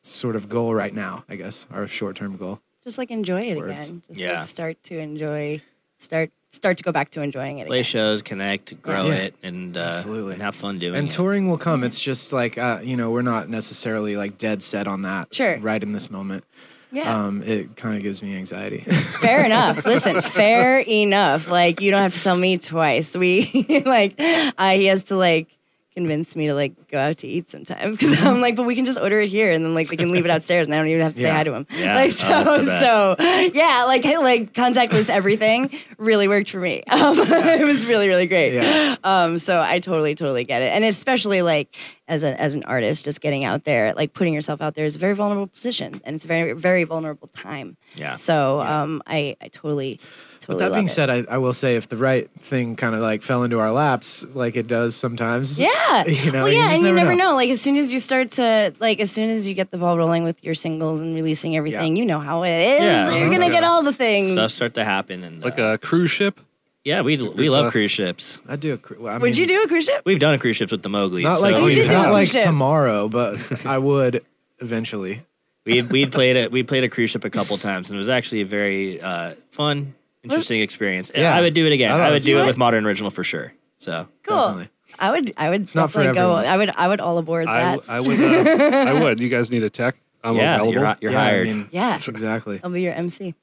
[SPEAKER 1] sort of goal right now, I guess, our short term goal.
[SPEAKER 2] Just like enjoy it
[SPEAKER 1] Words.
[SPEAKER 2] again. Just
[SPEAKER 4] Yeah.
[SPEAKER 2] like start to enjoy start start to go back to enjoying it
[SPEAKER 4] Play
[SPEAKER 2] again.
[SPEAKER 4] shows, connect, grow
[SPEAKER 1] Yeah.
[SPEAKER 4] it and uh
[SPEAKER 1] Absolutely.
[SPEAKER 4] and have fun doing
[SPEAKER 1] And
[SPEAKER 4] it.
[SPEAKER 1] touring will come. It's just like uh, you know, we're not necessarily like dead set on that
[SPEAKER 2] Sure.
[SPEAKER 1] right in this moment.
[SPEAKER 2] Yeah.
[SPEAKER 1] Um, it kind of gives me anxiety.
[SPEAKER 2] fair enough. Listen, fair enough. Like you don't have to tell me twice. We like uh, he has to like convince me to like go out to eat sometimes because I'm like, but we can just order it here and then like they can leave it outstairs and I don't even have to say
[SPEAKER 12] Yeah.
[SPEAKER 2] hi to him.
[SPEAKER 12] Yeah. Oh,
[SPEAKER 2] Like
[SPEAKER 12] that's
[SPEAKER 2] so,
[SPEAKER 12] the best.
[SPEAKER 2] so yeah, like hey, like contactless everything really worked for me. Um, it was really really great.
[SPEAKER 12] Yeah.
[SPEAKER 2] Um, so I totally totally get it, and especially like as a, as an artist, just getting out there, like putting yourself out there is a very vulnerable position, and it's a very very vulnerable time.
[SPEAKER 1] Yeah.
[SPEAKER 2] So um, I I totally
[SPEAKER 1] With
[SPEAKER 2] totally.
[SPEAKER 1] that
[SPEAKER 2] love
[SPEAKER 1] being
[SPEAKER 2] it.
[SPEAKER 1] said, I, I will say if the right thing kind of like fell into our laps, like it does sometimes.
[SPEAKER 2] Yeah.
[SPEAKER 1] You know,
[SPEAKER 2] well, yeah,
[SPEAKER 1] just
[SPEAKER 2] and you never know. Like as soon as you start to like as soon as you get the ball rolling with your singles and releasing everything, you know how it is.
[SPEAKER 4] Yeah.
[SPEAKER 2] You're gonna
[SPEAKER 4] Yeah.
[SPEAKER 2] get all the
[SPEAKER 1] Mm.
[SPEAKER 2] things.
[SPEAKER 4] Stuff start to happen, and like
[SPEAKER 5] a cruise ship.
[SPEAKER 4] Yeah, we we love cruise ships.
[SPEAKER 1] I do. A cru- well, I
[SPEAKER 2] Would
[SPEAKER 1] mean,
[SPEAKER 2] you do Oh, a cruise ship?
[SPEAKER 4] We've done a cruise ships with the Mowglis.
[SPEAKER 1] Not
[SPEAKER 4] so
[SPEAKER 1] like
[SPEAKER 4] we
[SPEAKER 1] not like
[SPEAKER 2] ship.
[SPEAKER 1] tomorrow, but I would eventually.
[SPEAKER 4] we we played it. We played a cruise ship a couple times, and it was actually a very uh, fun, interesting experience. And
[SPEAKER 1] Yeah.
[SPEAKER 4] I would do it again.
[SPEAKER 1] I thought
[SPEAKER 4] I,
[SPEAKER 1] it
[SPEAKER 4] would
[SPEAKER 1] was
[SPEAKER 4] do
[SPEAKER 1] fun.
[SPEAKER 4] it with modern original for sure. So
[SPEAKER 2] Cool. I would I would
[SPEAKER 4] not for
[SPEAKER 2] definitely go.
[SPEAKER 4] everyone.
[SPEAKER 2] I would I would all aboard
[SPEAKER 5] I,
[SPEAKER 2] that.
[SPEAKER 5] I would. Uh, I would. You guys need a tech. I'm
[SPEAKER 4] Yeah,
[SPEAKER 5] available.
[SPEAKER 4] you're hi- you're Yeah, I hired. mean,
[SPEAKER 2] Yeah.
[SPEAKER 1] exactly.
[SPEAKER 2] I'll be your MC.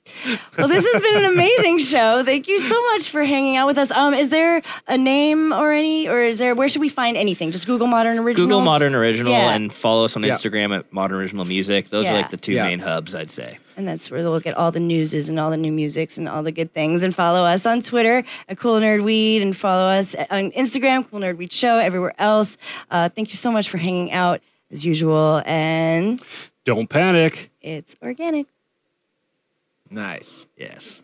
[SPEAKER 2] Well, this has been an amazing show. Thank you so much for hanging out with us. Um, is there a name or any, or is there where should we find anything? Just Google Modern Originals.
[SPEAKER 4] Google Modern Original
[SPEAKER 2] Yeah.
[SPEAKER 4] and follow us on
[SPEAKER 2] Yeah.
[SPEAKER 4] Instagram at Modern Original Music. Those
[SPEAKER 2] Yeah.
[SPEAKER 4] are like the two
[SPEAKER 2] Yeah.
[SPEAKER 4] main hubs, I'd say.
[SPEAKER 2] And that's where they'll get all the newses and all the new musics and all the good things. And follow us on Twitter at Cool Nerd Weed and follow us on Instagram, Cool Nerd Weed Show, everywhere else. Uh, thank you so much for hanging out as usual. And
[SPEAKER 5] Don't panic.
[SPEAKER 2] it's organic.
[SPEAKER 1] Nice.
[SPEAKER 4] Yes.